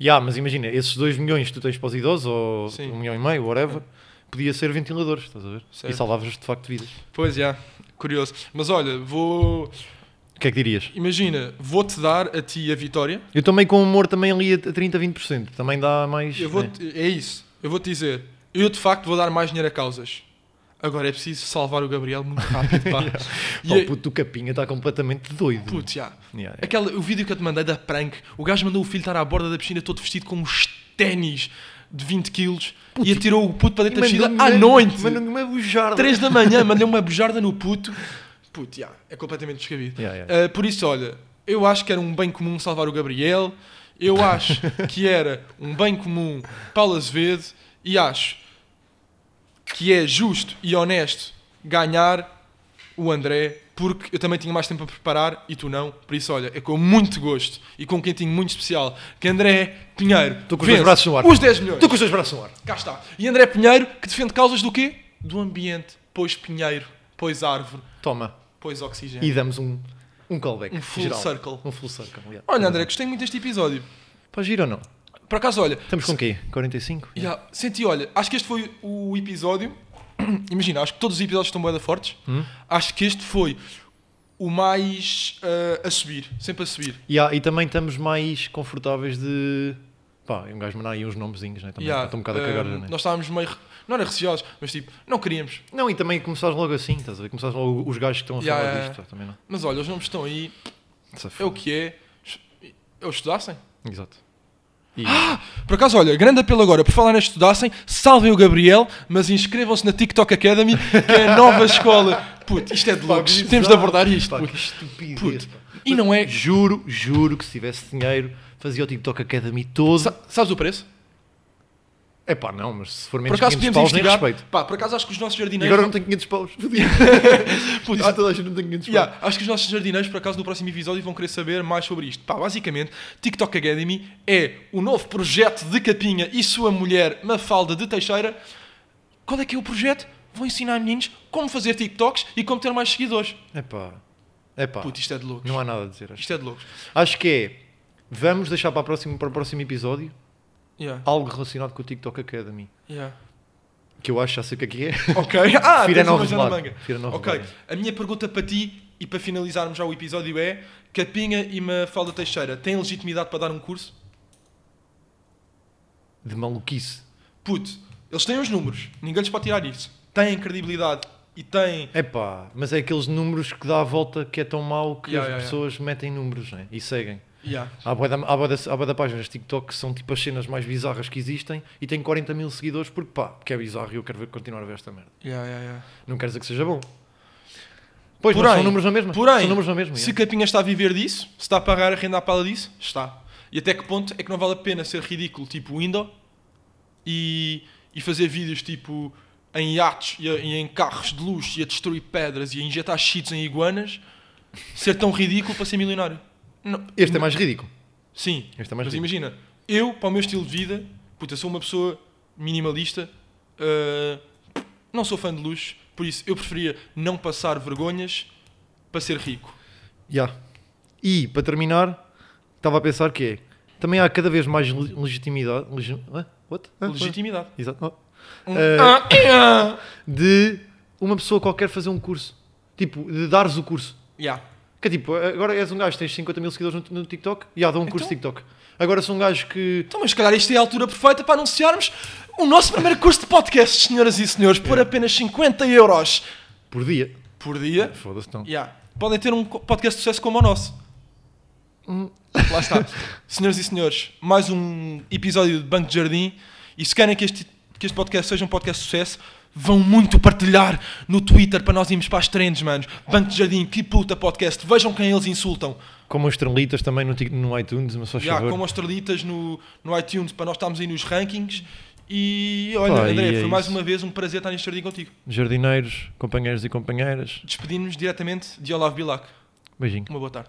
Ya, mas imagina, esses 2 milhões que tu tens para os idosos, ou
Sim. É.
1 um milhão e meio, whatever, podia ser ventiladores, estás a ver?
Certo.
E salvavas de facto vidas.
Pois já, curioso. Mas olha, vou.
O que é que dirias?
Imagina, vou-te dar a ti a vitória.
Eu tomei com humor também ali a 30, 20%. Também dá mais.
Eu vou
né?
é isso. Eu vou-te dizer. Eu de facto vou dar mais dinheiro a causas. Agora é preciso salvar o Gabriel muito rápido, pá. E
Pá,
é-
o puto do Capinha está completamente doido.
Putz, já.
Yeah, é yeah.
Aquela, o vídeo que eu te mandei da prank, o gajo mandou o filho estar à borda da piscina todo vestido com uns ténis de 20 quilos e atirou o puto para dentro da
um
piscina à noite.
Mas não é bujarda.
3 da manhã, mandei uma bujarda no puto. Puto, já, é completamente descabido.
Yeah, yeah.
Ah, por isso, olha, eu acho que era um bem comum salvar o Gabriel, eu acho que era um bem comum Paulo Azevedo e acho que é justo e honesto ganhar o André, porque eu também tinha mais tempo a preparar e tu não. Por isso, olha, é com muito gosto e com um quentinho muito especial que André Pinheiro
Estou com os dois
vence
braços no ar.
os 10 milhões.
Estou com os dois braços no ar.
Cá está. E André Pinheiro, que defende causas do quê? Do ambiente. Pois pinheiro, pois árvore,
Toma.
pois oxigênio.
E damos um, um callback.
Um full
geral.
circle.
Um full circle. yeah.
Olha, André, gostei muito deste episódio.
Pá, giro ou não?
Por acaso, olha,
Estamos com o quê? 45?
já, senti, olha, acho que este foi o episódio. Imagina, acho que todos os episódios estão boeda fortes.
Hum?
Acho que este foi o mais ah, a subir, sempre a subir.
Yeah, e também estamos mais confortáveis de. Pá, um gajo mandar aí uns nomezinhos, né? Também
Já,
estou um bocado a
ah,
cagar já, né?
Nós estávamos meio. re- Não era receosos, mas tipo, não queríamos.
Não, e também começares logo assim, estás a ver? Começares logo os gajos que estão a
Yeah,
falar
yeah,
disto.
yeah.
pá, Também não.
Mas olha, os nomes estão aí,
Se
é o que é. Eles estudassem.
Exato. E-
Por acaso, olha, grande apelo agora, por falar neste estudassem, salvem o Gabriel, mas inscrevam-se na TikTok Academy, que é a nova escola. Puto, isto é de
Pá,
loucos,
que
temos de
bizarro,
abordar isto.
pá,
puto.
que estupidez,
Puto.
pá.
E não é.
Juro, juro que se tivesse dinheiro fazia o TikTok Academy todo.
Sa- Sabes o preço?
É pá, não, mas se for
Por
menos
acaso
500
podemos
paus, nem
investigar.
respeito.
Pá, por acaso acho que os nossos
E
jardineiros.
agora não tenho 500 paus.
Puto, ah,
Disse a toda a gente não tenho 500
Yeah, acho que os nossos jardineiros, por acaso, no próximo episódio vão querer saber mais sobre isto. Pá, basicamente, TikTok Academy é o novo projeto de Capinha e sua mulher Mafalda de Teixeira. Qual é que é o projeto? Vão ensinar meninos como fazer TikToks e como ter mais seguidores.
É pá, é pá.
Puto, isto é de loucos.
Não há nada a dizer. Acho.
Isto é de loucos.
Acho que é. Vamos deixar para, a próxima, para o próximo episódio
Yeah,
algo relacionado com o TikTok Academy.
yeah.
Que eu acho, já sei o que é que é.
Ok. Ah,
Fira
tens
é
uma
Novos
coisa na
Lago.
manga.
Fira Novos
Ok.
Lago.
A minha pergunta para ti, e para finalizarmos já o episódio, é Capinha e Mafalda Teixeira têm legitimidade para dar um curso?
De maluquice.
Puto, eles têm os números. Ninguém lhes pode tirar isso. Têm credibilidade e têm...
É pá, mas é aqueles números que dá a volta que é tão mau que
Yeah,
as
yeah,
pessoas metem números né? e seguem.
Yeah.
Há boa, há, bué de- há bué de páginas de TikTok que são tipo as cenas mais bizarras que existem e tem 40 mil seguidores porque pá, porque é bizarro e eu quero ver, continuar a ver esta merda.
Yeah, yeah, yeah.
Não quer dizer que seja bom. Pois, mas
Porém-
são números na mesma.
porém,
são números na mesma.
Se
é.
Capinha está a viver disso, se está a pagar a renda à pala disso, está. E até que ponto é que não vale a pena ser ridículo, tipo Window, e, e fazer vídeos tipo em iates e, a- e em carros de luxo e a destruir pedras e a injetar cheats em iguanas, ser tão ridículo para ser milionário? Não.
Este é mais ridículo.
Sim,
Este é mais
mas
ridículo.
imagina, eu, para o meu estilo de vida, puta, eu sou uma pessoa minimalista, ah, não sou fã de luxo, por isso eu preferia não passar vergonhas para ser rico.
Ya. E, para terminar, estava a pensar que é, também há cada vez mais le- legitimidade. Legi Hã? What? Hã?
Legitimidade.
Exato.
Um,
Ah, Eh,
ah, eh, ah.
De uma pessoa qualquer fazer um curso. Tipo, de dares o curso.
Yeah.
Que é tipo, agora és um gajo que tens 50 mil seguidores no, no TikTok e há dá um curso de
Então?
TikTok. Agora sou um gajo que.
Então, mas se calhar isto é a altura perfeita para anunciarmos o nosso primeiro curso de podcast, senhoras e senhores, por apenas 50 euros
Por dia.
por dia.
Foda-se então. não.
Yeah. Podem ter um co- podcast de sucesso como o nosso.
Hum.
Lá está. senhoras e senhores, mais um episódio de Banco de Jardim. E se querem que este, que este podcast seja um podcast de sucesso, vão muito partilhar no Twitter para nós irmos para as trends, manos. Banco de Jardim, que puta podcast. Vejam quem eles insultam.
Como os estrelitas também no, Tik- no iTunes, mas só
Já,
favor.
com australitas no, no iTunes para nós estarmos aí nos rankings. E olha,
Pá,
André,
e é
foi mais
isso.
uma vez um prazer estar neste jardim contigo.
Jardineiros, companheiros e companheiras.
Despedimos-nos diretamente de Olavo Bilac.
Beijinho.
Uma boa tarde.